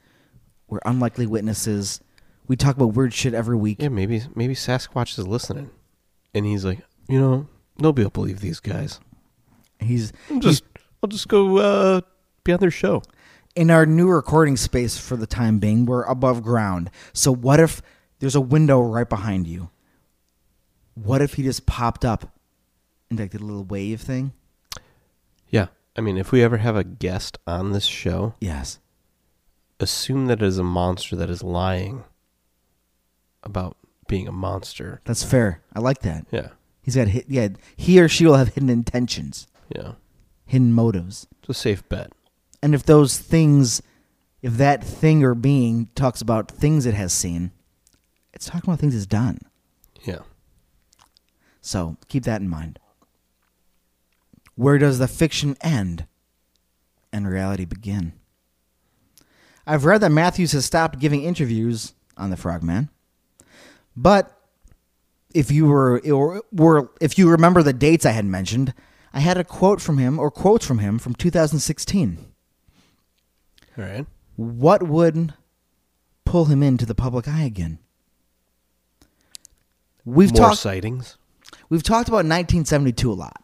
[SPEAKER 2] we're unlikely witnesses. We talk about weird shit every week.
[SPEAKER 1] yeah, maybe maybe Sasquatch is listening, and he's like, you know, nobody will believe these guys.
[SPEAKER 2] He's
[SPEAKER 1] I'm just I'll just go uh, be on their show.
[SPEAKER 2] in our new recording space for the time being. We're above ground. So what if there's a window right behind you? What if he just popped up and like did a little wave thing?
[SPEAKER 1] Yeah, I mean, if we ever have a guest on this show,
[SPEAKER 2] Yes.
[SPEAKER 1] assume that it is a monster that is lying about being a monster.
[SPEAKER 2] That's fair. I like that.
[SPEAKER 1] Yeah,
[SPEAKER 2] He's got hit yeah, he or she will have hidden intentions,
[SPEAKER 1] yeah,
[SPEAKER 2] hidden motives.
[SPEAKER 1] it's a safe bet.
[SPEAKER 2] And if those things if that thing or being talks about things it has seen, it's talking about things it's done.
[SPEAKER 1] Yeah.
[SPEAKER 2] So keep that in mind. Where does the fiction end and reality begin? I've read that Matthews has stopped giving interviews on the Frogman, but if you were or were if you remember the dates I had mentioned, I had a quote from him or quotes from him from 2016.
[SPEAKER 1] All right.
[SPEAKER 2] What would pull him into the public eye again? We've
[SPEAKER 1] More
[SPEAKER 2] talked
[SPEAKER 1] sightings.
[SPEAKER 2] We've talked about 1972 a lot.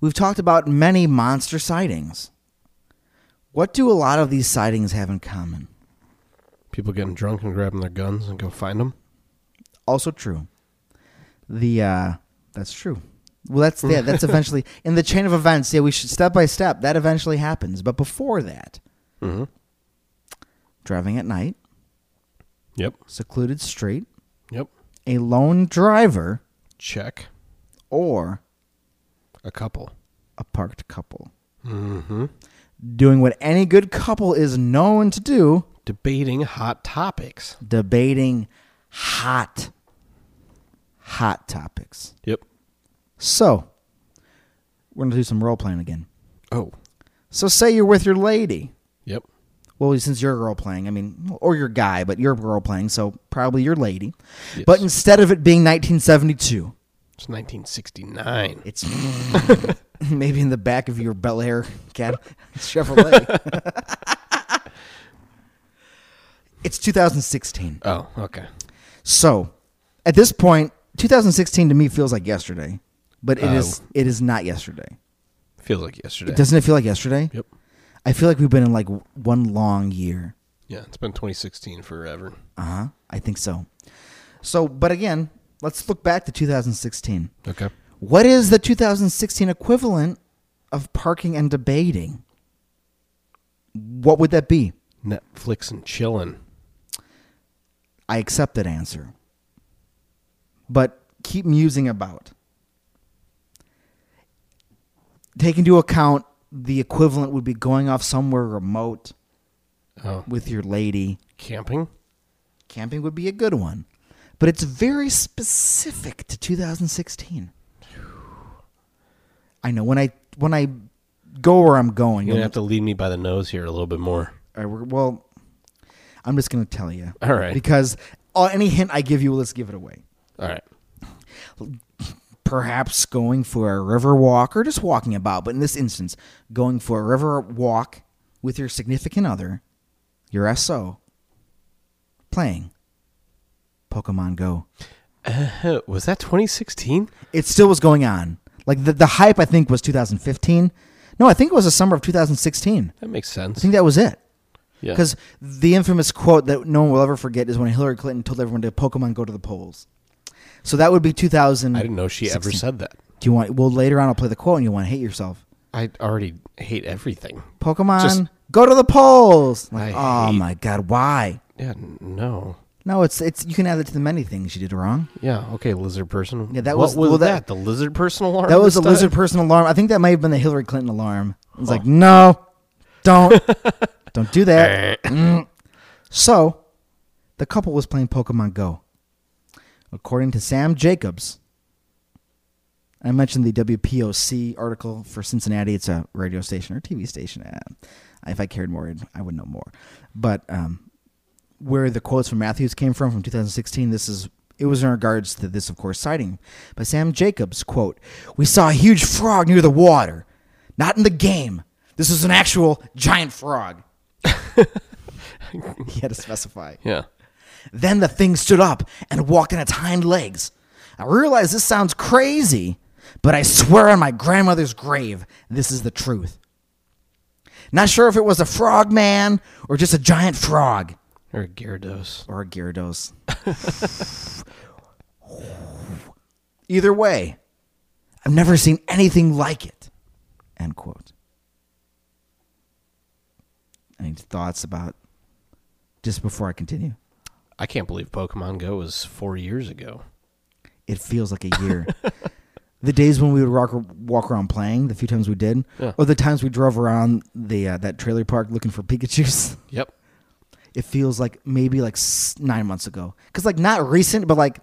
[SPEAKER 2] We've talked about many monster sightings. What do a lot of these sightings have in common?
[SPEAKER 1] People getting drunk and grabbing their guns and go find them.
[SPEAKER 2] Also true. The uh, that's true. Well, that's yeah, that's eventually in the chain of events. Yeah, we should step by step. That eventually happens, but before that,
[SPEAKER 1] Mhm.
[SPEAKER 2] driving at night,
[SPEAKER 1] Yep.
[SPEAKER 2] secluded street,
[SPEAKER 1] Yep.
[SPEAKER 2] a lone driver,
[SPEAKER 1] Check.
[SPEAKER 2] or
[SPEAKER 1] A couple.
[SPEAKER 2] a parked couple. Mm-hmm. Doing what any good couple is known to do
[SPEAKER 1] Debating hot topics.
[SPEAKER 2] debating hot, hot topics.
[SPEAKER 1] Yep.
[SPEAKER 2] So, we're going to do some role playing again.
[SPEAKER 1] Oh.
[SPEAKER 2] So, say you're with your lady.
[SPEAKER 1] Yep.
[SPEAKER 2] Well, since you're role playing, I mean, or your guy, but you're role playing, so probably your lady. But instead of it being 1972,
[SPEAKER 1] It's 1969.
[SPEAKER 2] It's <laughs> maybe in the back of your Bel Air cab <laughs> Chevrolet. it's 2016.
[SPEAKER 1] Oh, okay.
[SPEAKER 2] So, at this point, 2016 to me feels like yesterday, but it is
[SPEAKER 1] Oh.
[SPEAKER 2] it is not yesterday.
[SPEAKER 1] Feels like yesterday.
[SPEAKER 2] Doesn't it feel like yesterday?
[SPEAKER 1] Yep.
[SPEAKER 2] I feel like we've been in like w- one long year.
[SPEAKER 1] Yeah, it's been 2016 forever.
[SPEAKER 2] Uh huh. I think so. So, but again, let's look back to 2016.
[SPEAKER 1] Okay.
[SPEAKER 2] What is the 2016 equivalent of parking and debating? What would that be?
[SPEAKER 1] Netflix and chillin'.
[SPEAKER 2] I accept that answer. But keep musing about. Take into account the equivalent would be going off somewhere remote
[SPEAKER 1] Oh.
[SPEAKER 2] with your lady.
[SPEAKER 1] Camping?
[SPEAKER 2] Camping would be a good one. But it's very specific to 2016. I know when I when I go where I'm going.
[SPEAKER 1] You're
[SPEAKER 2] you'll-
[SPEAKER 1] going to have to lead me by the nose here a little bit more.
[SPEAKER 2] All right, we're, well, I'm just going to tell you.
[SPEAKER 1] All right.
[SPEAKER 2] Because uh, any hint I give you, let's give it away.
[SPEAKER 1] All right.
[SPEAKER 2] Perhaps going for a river walk or just walking about, but in this instance, going for a river walk with your significant other, your SO, playing Pokemon Go.
[SPEAKER 1] Uh, was that 2016?
[SPEAKER 2] It still was going on. Like the, the hype, I think, was 2015. No, I think it was the summer of 2016.
[SPEAKER 1] That makes
[SPEAKER 2] I
[SPEAKER 1] sense.
[SPEAKER 2] think that was it.
[SPEAKER 1] Yeah.
[SPEAKER 2] Because the infamous quote that no one will ever forget is when Hillary Clinton told everyone to Pokemon go to the polls. So that would be 2000.
[SPEAKER 1] I didn't know she ever
[SPEAKER 2] 16.
[SPEAKER 1] said that.
[SPEAKER 2] Do you want? Well, later on, I'll play the quote, and you want to hate yourself.
[SPEAKER 1] I already hate everything.
[SPEAKER 2] Pokemon,
[SPEAKER 1] Just-
[SPEAKER 2] go to the polls. Like,
[SPEAKER 1] I
[SPEAKER 2] oh
[SPEAKER 1] hate-
[SPEAKER 2] my god, why?
[SPEAKER 1] Yeah, n- no.
[SPEAKER 2] No, it's it's. You can add it to the many things you did wrong.
[SPEAKER 1] Yeah, okay, lizard person.
[SPEAKER 2] Yeah, that
[SPEAKER 1] What
[SPEAKER 2] was- well, that-
[SPEAKER 1] The lizard person alarm?
[SPEAKER 2] That was
[SPEAKER 1] this
[SPEAKER 2] a lizard
[SPEAKER 1] time?
[SPEAKER 2] person alarm. I think that might have been the Hillary Clinton alarm. It's like, no, <laughs> don't, don't do that. <laughs> Mm. So, the couple was playing Pokemon Go. According to Sam Jacobs, I mentioned the WPOC article for Cincinnati. It's a radio station or TV station. Uh, if I cared more, I'd- I would know more. But um, where the quotes from Matthews came from from 2016, this is it was in regards to this, of course, sighting by Sam Jacobs. Quote: "We saw a huge frog near the water, not in the game. This was an actual giant frog." <laughs> he had to specify.
[SPEAKER 1] Yeah.
[SPEAKER 2] Then the thing stood up and walked on its hind legs. I realize this sounds crazy, but I swear on my grandmother's grave, this is the truth. Not sure if it was a frog man or just a giant frog
[SPEAKER 1] Or a Gyarados.
[SPEAKER 2] or a Gyarados. <laughs> Either way, I've never seen anything like it. End quote. Any thoughts about just before I continue?
[SPEAKER 1] I can't believe Pokemon Go was four years ago.
[SPEAKER 2] It feels like a year. the days when we would walk, walk around playing, the few times we did,
[SPEAKER 1] Yeah.
[SPEAKER 2] or the times we drove around the uh, that trailer park looking for Pikachu's. <laughs>
[SPEAKER 1] Yep.
[SPEAKER 2] It feels like maybe like s- nine months ago, because like not recent, but like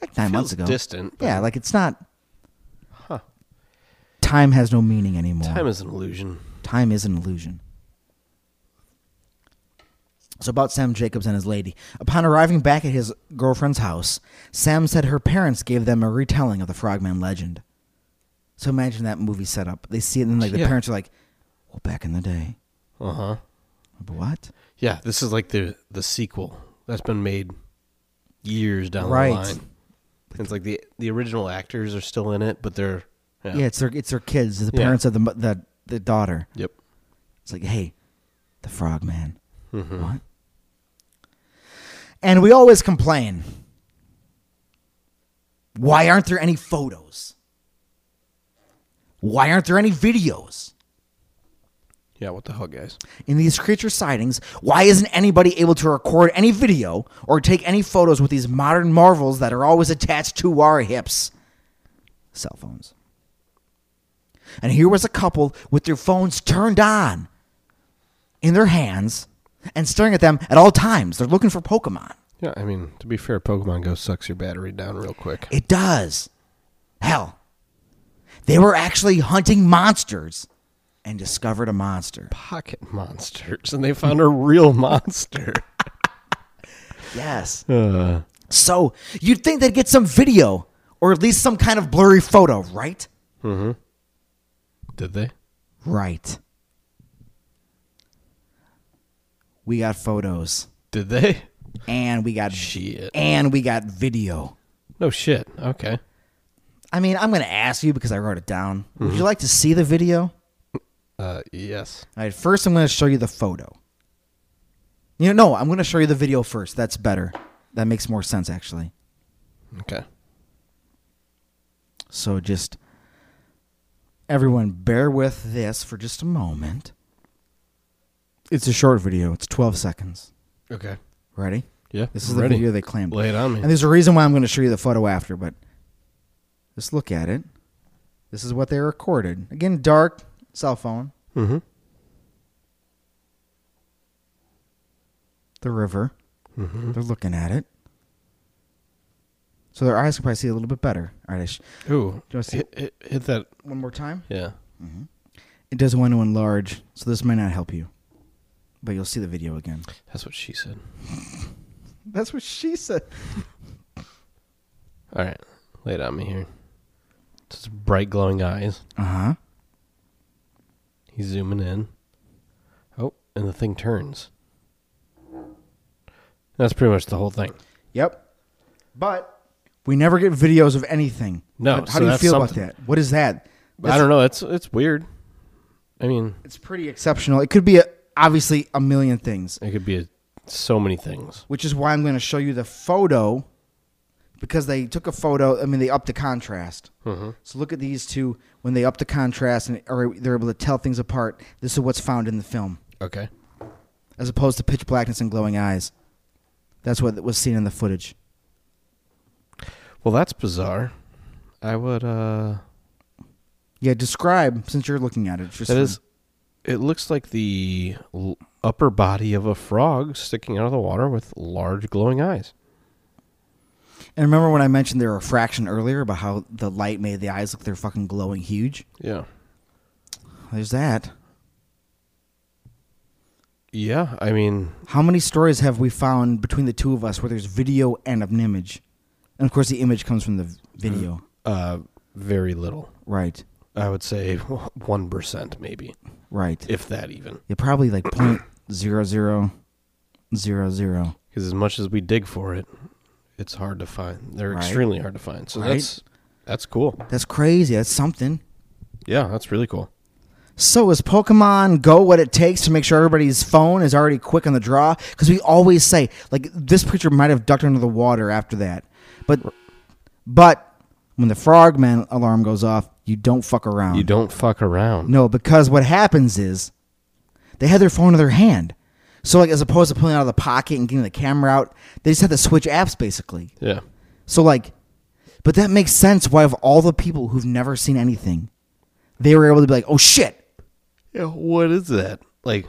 [SPEAKER 2] like nine months
[SPEAKER 1] feels
[SPEAKER 2] ago.
[SPEAKER 1] distant, but-
[SPEAKER 2] yeah, like it's not. Time has no meaning anymore.
[SPEAKER 1] Time is an illusion.
[SPEAKER 2] Time is an illusion. accounts about Sam Jacobs and his lady. Upon arriving back at his girlfriend's house, Sam said her parents gave them a retelling of the Frogman legend. So imagine that movie setup. They see it and like the
[SPEAKER 1] Yeah.
[SPEAKER 2] parents are like, "Well, back in the day,
[SPEAKER 1] Uh huh.
[SPEAKER 2] But what?"
[SPEAKER 1] Yeah, this is like the the sequel that's been made years down
[SPEAKER 2] Right.
[SPEAKER 1] the line. It's like the the original actors are still in it, but they're yeah.
[SPEAKER 2] Yeah, it's their it's their kids, the
[SPEAKER 1] Yeah.
[SPEAKER 2] parents of the mo- the the daughter.
[SPEAKER 1] yep.
[SPEAKER 2] It's like, hey, the frogman. What? And we always complain. Why aren't there any photos? Why aren't there any videos?
[SPEAKER 1] Yeah, what the hell, guys?
[SPEAKER 2] In these creature sightings, why isn't anybody able to record any video or take any photos with these modern marvels that are always attached to our hips? Cell phones. And here was a couple with their phones turned on in their hands and staring at them at all times. They're looking for Pokemon.
[SPEAKER 1] Yeah, I mean, to be fair, Pokemon Go sucks your battery down real quick.
[SPEAKER 2] It does. Hell, they were actually hunting monsters and discovered a monster.
[SPEAKER 1] Pocket monsters, and they found a real monster.
[SPEAKER 2] Yes. So you'd think they'd get some video or at least some kind of blurry photo, right?
[SPEAKER 1] <laughs> Did they?
[SPEAKER 2] Right. We got photos
[SPEAKER 1] Did they?
[SPEAKER 2] and we got
[SPEAKER 1] Shit.
[SPEAKER 2] and we got video.
[SPEAKER 1] No shit. Okay.
[SPEAKER 2] I mean, I'm going to ask you because I wrote it down. Would you like to see the video?
[SPEAKER 1] Uh, yes.
[SPEAKER 2] All right, first I'm going to show you the photo. You know, no, I'm going to show you the video first. That's better. That makes more sense actually.
[SPEAKER 1] Okay.
[SPEAKER 2] So just everyone bear with this for just a moment. It's a short video. It's 12 seconds.
[SPEAKER 1] Okay.
[SPEAKER 2] Ready?
[SPEAKER 1] Yeah.
[SPEAKER 2] This is
[SPEAKER 1] ready.
[SPEAKER 2] the video they claimed.
[SPEAKER 1] Lay it on me.
[SPEAKER 2] And there's a reason why I'm going to show you the photo after, but just look at it. This is what they recorded. Again, dark cell phone.
[SPEAKER 1] Mhm.
[SPEAKER 2] The river.
[SPEAKER 1] Mm-hmm.
[SPEAKER 2] They're looking at it. So their eyes can probably see a little bit better. All right, I sh-
[SPEAKER 1] Ooh.
[SPEAKER 2] you wanna see-
[SPEAKER 1] hit, hit, hit that.
[SPEAKER 2] one more time.
[SPEAKER 1] Yeah.
[SPEAKER 2] It doesn't want to enlarge, so this might not help you. But you'll see the video again.
[SPEAKER 1] That's what she said.
[SPEAKER 2] That's what she said.
[SPEAKER 1] All right. Lay it on me here. Just bright glowing eyes.
[SPEAKER 2] Uh huh.
[SPEAKER 1] He's zooming in. Oh, and the thing turns. That's pretty much the whole thing.
[SPEAKER 2] Yep. But we never get videos of anything.
[SPEAKER 1] No,
[SPEAKER 2] How, how
[SPEAKER 1] so
[SPEAKER 2] do you
[SPEAKER 1] that's
[SPEAKER 2] feel
[SPEAKER 1] something.
[SPEAKER 2] about that? What is that?
[SPEAKER 1] I don't know. It's it's weird. I mean,
[SPEAKER 2] It's pretty exceptional. It could be a, obviously a million things,
[SPEAKER 1] it could be a, so many things.
[SPEAKER 2] which is why I'm going to show you the photo because they took a photo. I mean, they upped the contrast.
[SPEAKER 1] Mm-hmm.
[SPEAKER 2] So look at these two when they up the contrast and are they're able to tell things apart. This is what's found in the film.
[SPEAKER 1] Okay.
[SPEAKER 2] as opposed to pitch blackness and glowing eyes. That's what was seen in the footage.
[SPEAKER 1] Well, that's bizarre. I would. uh
[SPEAKER 2] Yeah, describe since you're looking at it. Just
[SPEAKER 1] That
[SPEAKER 2] for-
[SPEAKER 1] is. It looks like the l- upper body of a frog sticking out of the water with large glowing eyes.
[SPEAKER 2] And remember when I mentioned the refraction earlier about how the light made the eyes look they're fucking glowing huge?
[SPEAKER 1] Yeah.
[SPEAKER 2] There's that.
[SPEAKER 1] Yeah. I mean,
[SPEAKER 2] How many stories have we found between the two of us where there's video and an image? And of course, the image comes from the v- video.
[SPEAKER 1] uh, very little.
[SPEAKER 2] Right,
[SPEAKER 1] I would say <laughs> one percent, maybe,
[SPEAKER 2] right.
[SPEAKER 1] if that even.
[SPEAKER 2] yeah, probably like point zero zero zero zero.
[SPEAKER 1] Because as much as we dig for it, it's hard to find. They're
[SPEAKER 2] Right.
[SPEAKER 1] extremely hard to find. So
[SPEAKER 2] Right.
[SPEAKER 1] that's that's cool.
[SPEAKER 2] That's crazy. That's something.
[SPEAKER 1] Yeah, that's really cool.
[SPEAKER 2] So is Pokemon Go what it takes to make sure everybody's phone is already quick on the draw? Because we always say like this creature might have ducked under the water after that, but but when the frogman alarm goes off, you don't fuck around.
[SPEAKER 1] You don't fuck around.
[SPEAKER 2] Uh-huh. No, because what happens is they had their phone in their hand. So like as opposed to pulling it out of the pocket and getting the camera out, they just had to switch apps basically.
[SPEAKER 1] Yeah.
[SPEAKER 2] So like, but that makes sense. Why of all the people who've never seen anything, they were able to be like, oh shit.
[SPEAKER 1] Yeah. What is that? Like,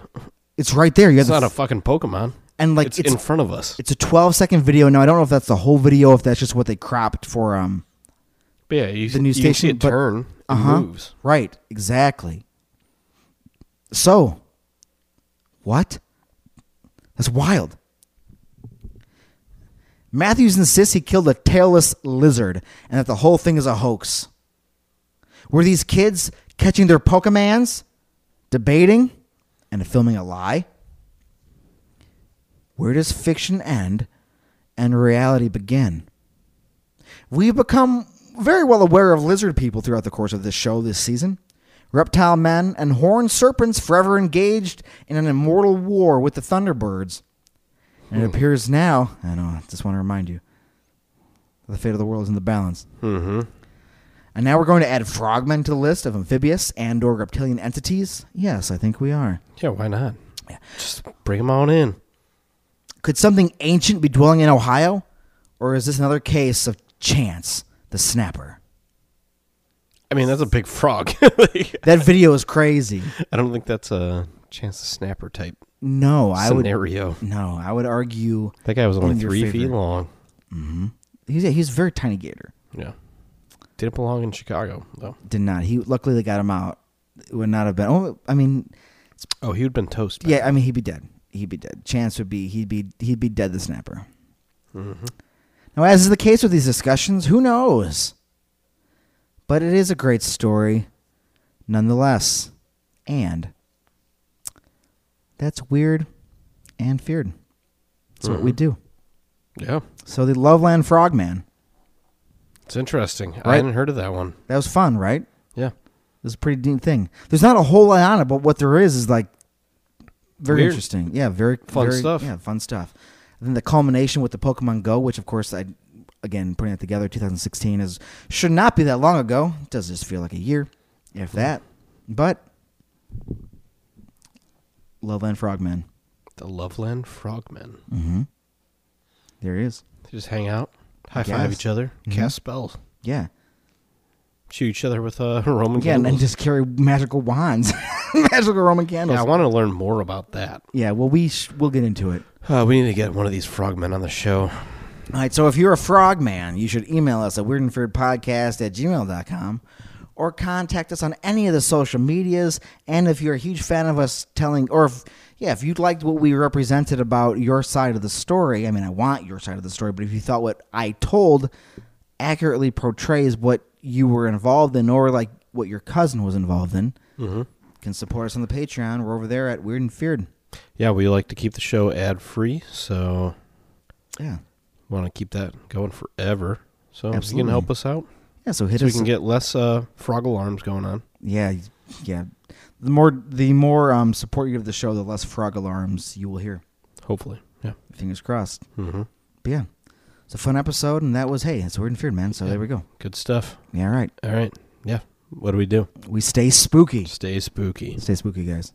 [SPEAKER 2] It's right there. You have
[SPEAKER 1] it's
[SPEAKER 2] the
[SPEAKER 1] not
[SPEAKER 2] f-
[SPEAKER 1] a fucking Pokemon.
[SPEAKER 2] and like
[SPEAKER 1] it's,
[SPEAKER 2] it's it's,
[SPEAKER 1] in front of us.
[SPEAKER 2] a 12 second video. Now I don't know if that's the whole video, if that's just what they cropped for. Um,
[SPEAKER 1] But yeah, you,
[SPEAKER 2] the new
[SPEAKER 1] you can see
[SPEAKER 2] station,
[SPEAKER 1] it
[SPEAKER 2] but-
[SPEAKER 1] turn.
[SPEAKER 2] uh
[SPEAKER 1] It
[SPEAKER 2] huh.
[SPEAKER 1] moves.
[SPEAKER 2] Right, exactly. So, what? That's wild. Matthews insists he killed a tailless lizard and that the whole thing is a hoax. Were these kids catching their Pokemans, debating, and filming a lie? Where does fiction end and reality begin? We've become very well aware of lizard people throughout the course of this show this season. Reptile men and horned serpents forever engaged in an immortal war with the Thunderbirds. And it appears now, I know, I just want to remind you, the fate of the world is in the balance. And now we're going to add frogmen to the list of amphibious and or reptilian entities? Yes, I think we are.
[SPEAKER 1] Yeah, why not? Just bring them on in.
[SPEAKER 2] Could something ancient be dwelling in Ohio? Or is this another case of chance, the snapper?
[SPEAKER 1] I mean, that's a big frog. <laughs> Like,
[SPEAKER 2] That video is crazy.
[SPEAKER 1] I don't think that's a chance the snapper type
[SPEAKER 2] No, I would
[SPEAKER 1] scenario.
[SPEAKER 2] No, I would argue
[SPEAKER 1] That guy was only
[SPEAKER 2] In your
[SPEAKER 1] three feet
[SPEAKER 2] favor.
[SPEAKER 1] long.
[SPEAKER 2] he's a, he's a very tiny gator.
[SPEAKER 1] Yeah, didn't belong in Chicago though.
[SPEAKER 2] Did not. He luckily they got him out. It would not have been. Oh, I mean,
[SPEAKER 1] Oh, he would been toast. back
[SPEAKER 2] yeah. I mean, he'd be dead. He'd be dead. Chance would be he'd be he'd be dead. The snapper. Now, as is the case with these discussions, who knows? But it is a great story, nonetheless, and that's weird and feared. That's what we do.
[SPEAKER 1] then. Yeah,
[SPEAKER 2] So the Loveland Frogman.
[SPEAKER 1] it's interesting. I
[SPEAKER 2] Right.
[SPEAKER 1] hadn't heard of that one.
[SPEAKER 2] That was fun, right?
[SPEAKER 1] Yeah,
[SPEAKER 2] It was a pretty neat thing. There's not a whole lot on it, but what there is is like very
[SPEAKER 1] Weird.
[SPEAKER 2] interesting. Yeah, very
[SPEAKER 1] Fun
[SPEAKER 2] very-
[SPEAKER 1] stuff.
[SPEAKER 2] Yeah, fun stuff. And then the culmination with the Pokemon Go, which of course I, again putting it together, 2016 is should not be that long ago. It does just feel like a year, if that. But Loveland Frogman,
[SPEAKER 1] the Loveland Frogmen.
[SPEAKER 2] there he is.
[SPEAKER 1] They just hang out, high five
[SPEAKER 2] guess.
[SPEAKER 1] each other, cast spells,
[SPEAKER 2] Yeah,
[SPEAKER 1] shoot each other with uh, <laughs> Roman
[SPEAKER 2] yeah, and, and
[SPEAKER 1] candles.
[SPEAKER 2] just carry magical wands, <laughs> magical Roman candles.
[SPEAKER 1] yeah, I
[SPEAKER 2] Yeah,
[SPEAKER 1] want to learn more about that.
[SPEAKER 2] well, we sh- we'll get into it.
[SPEAKER 1] Uh, we need to get one of these frogmen on the show.
[SPEAKER 2] All right, so if you're a frogman, you should email us at weirdandfearedpodcast at gmail.com or contact us on any of the social medias. And if you're a huge fan of us telling, or if, yeah, if you liked what we represented about your side of the story, I mean, I want your side of the story, but if you thought what I told accurately portrays what you were involved in or like what your cousin was involved in,
[SPEAKER 1] Mm-hmm.
[SPEAKER 2] you can support us on the Patreon. We're over there at Weird and Feared.
[SPEAKER 1] Yeah, we like to keep the show ad free, so
[SPEAKER 2] Yeah.
[SPEAKER 1] want to keep that going forever. So if you can
[SPEAKER 2] Absolutely.
[SPEAKER 1] help us out,
[SPEAKER 2] Yeah, so hit
[SPEAKER 1] so we
[SPEAKER 2] us.
[SPEAKER 1] can get less uh, frog alarms going on.
[SPEAKER 2] Yeah, yeah. The more the more um, support you give the show, the less frog alarms you will hear.
[SPEAKER 1] Hopefully, yeah.
[SPEAKER 2] Fingers crossed.
[SPEAKER 1] Mm-hmm.
[SPEAKER 2] But yeah, it's a fun episode, and that was hey, it's weird and feared, man. So there we go.
[SPEAKER 1] Good stuff.
[SPEAKER 2] Yeah, all right.
[SPEAKER 1] All right. Yeah. What do we do?
[SPEAKER 2] We stay spooky.
[SPEAKER 1] Stay spooky.
[SPEAKER 2] Stay spooky, guys.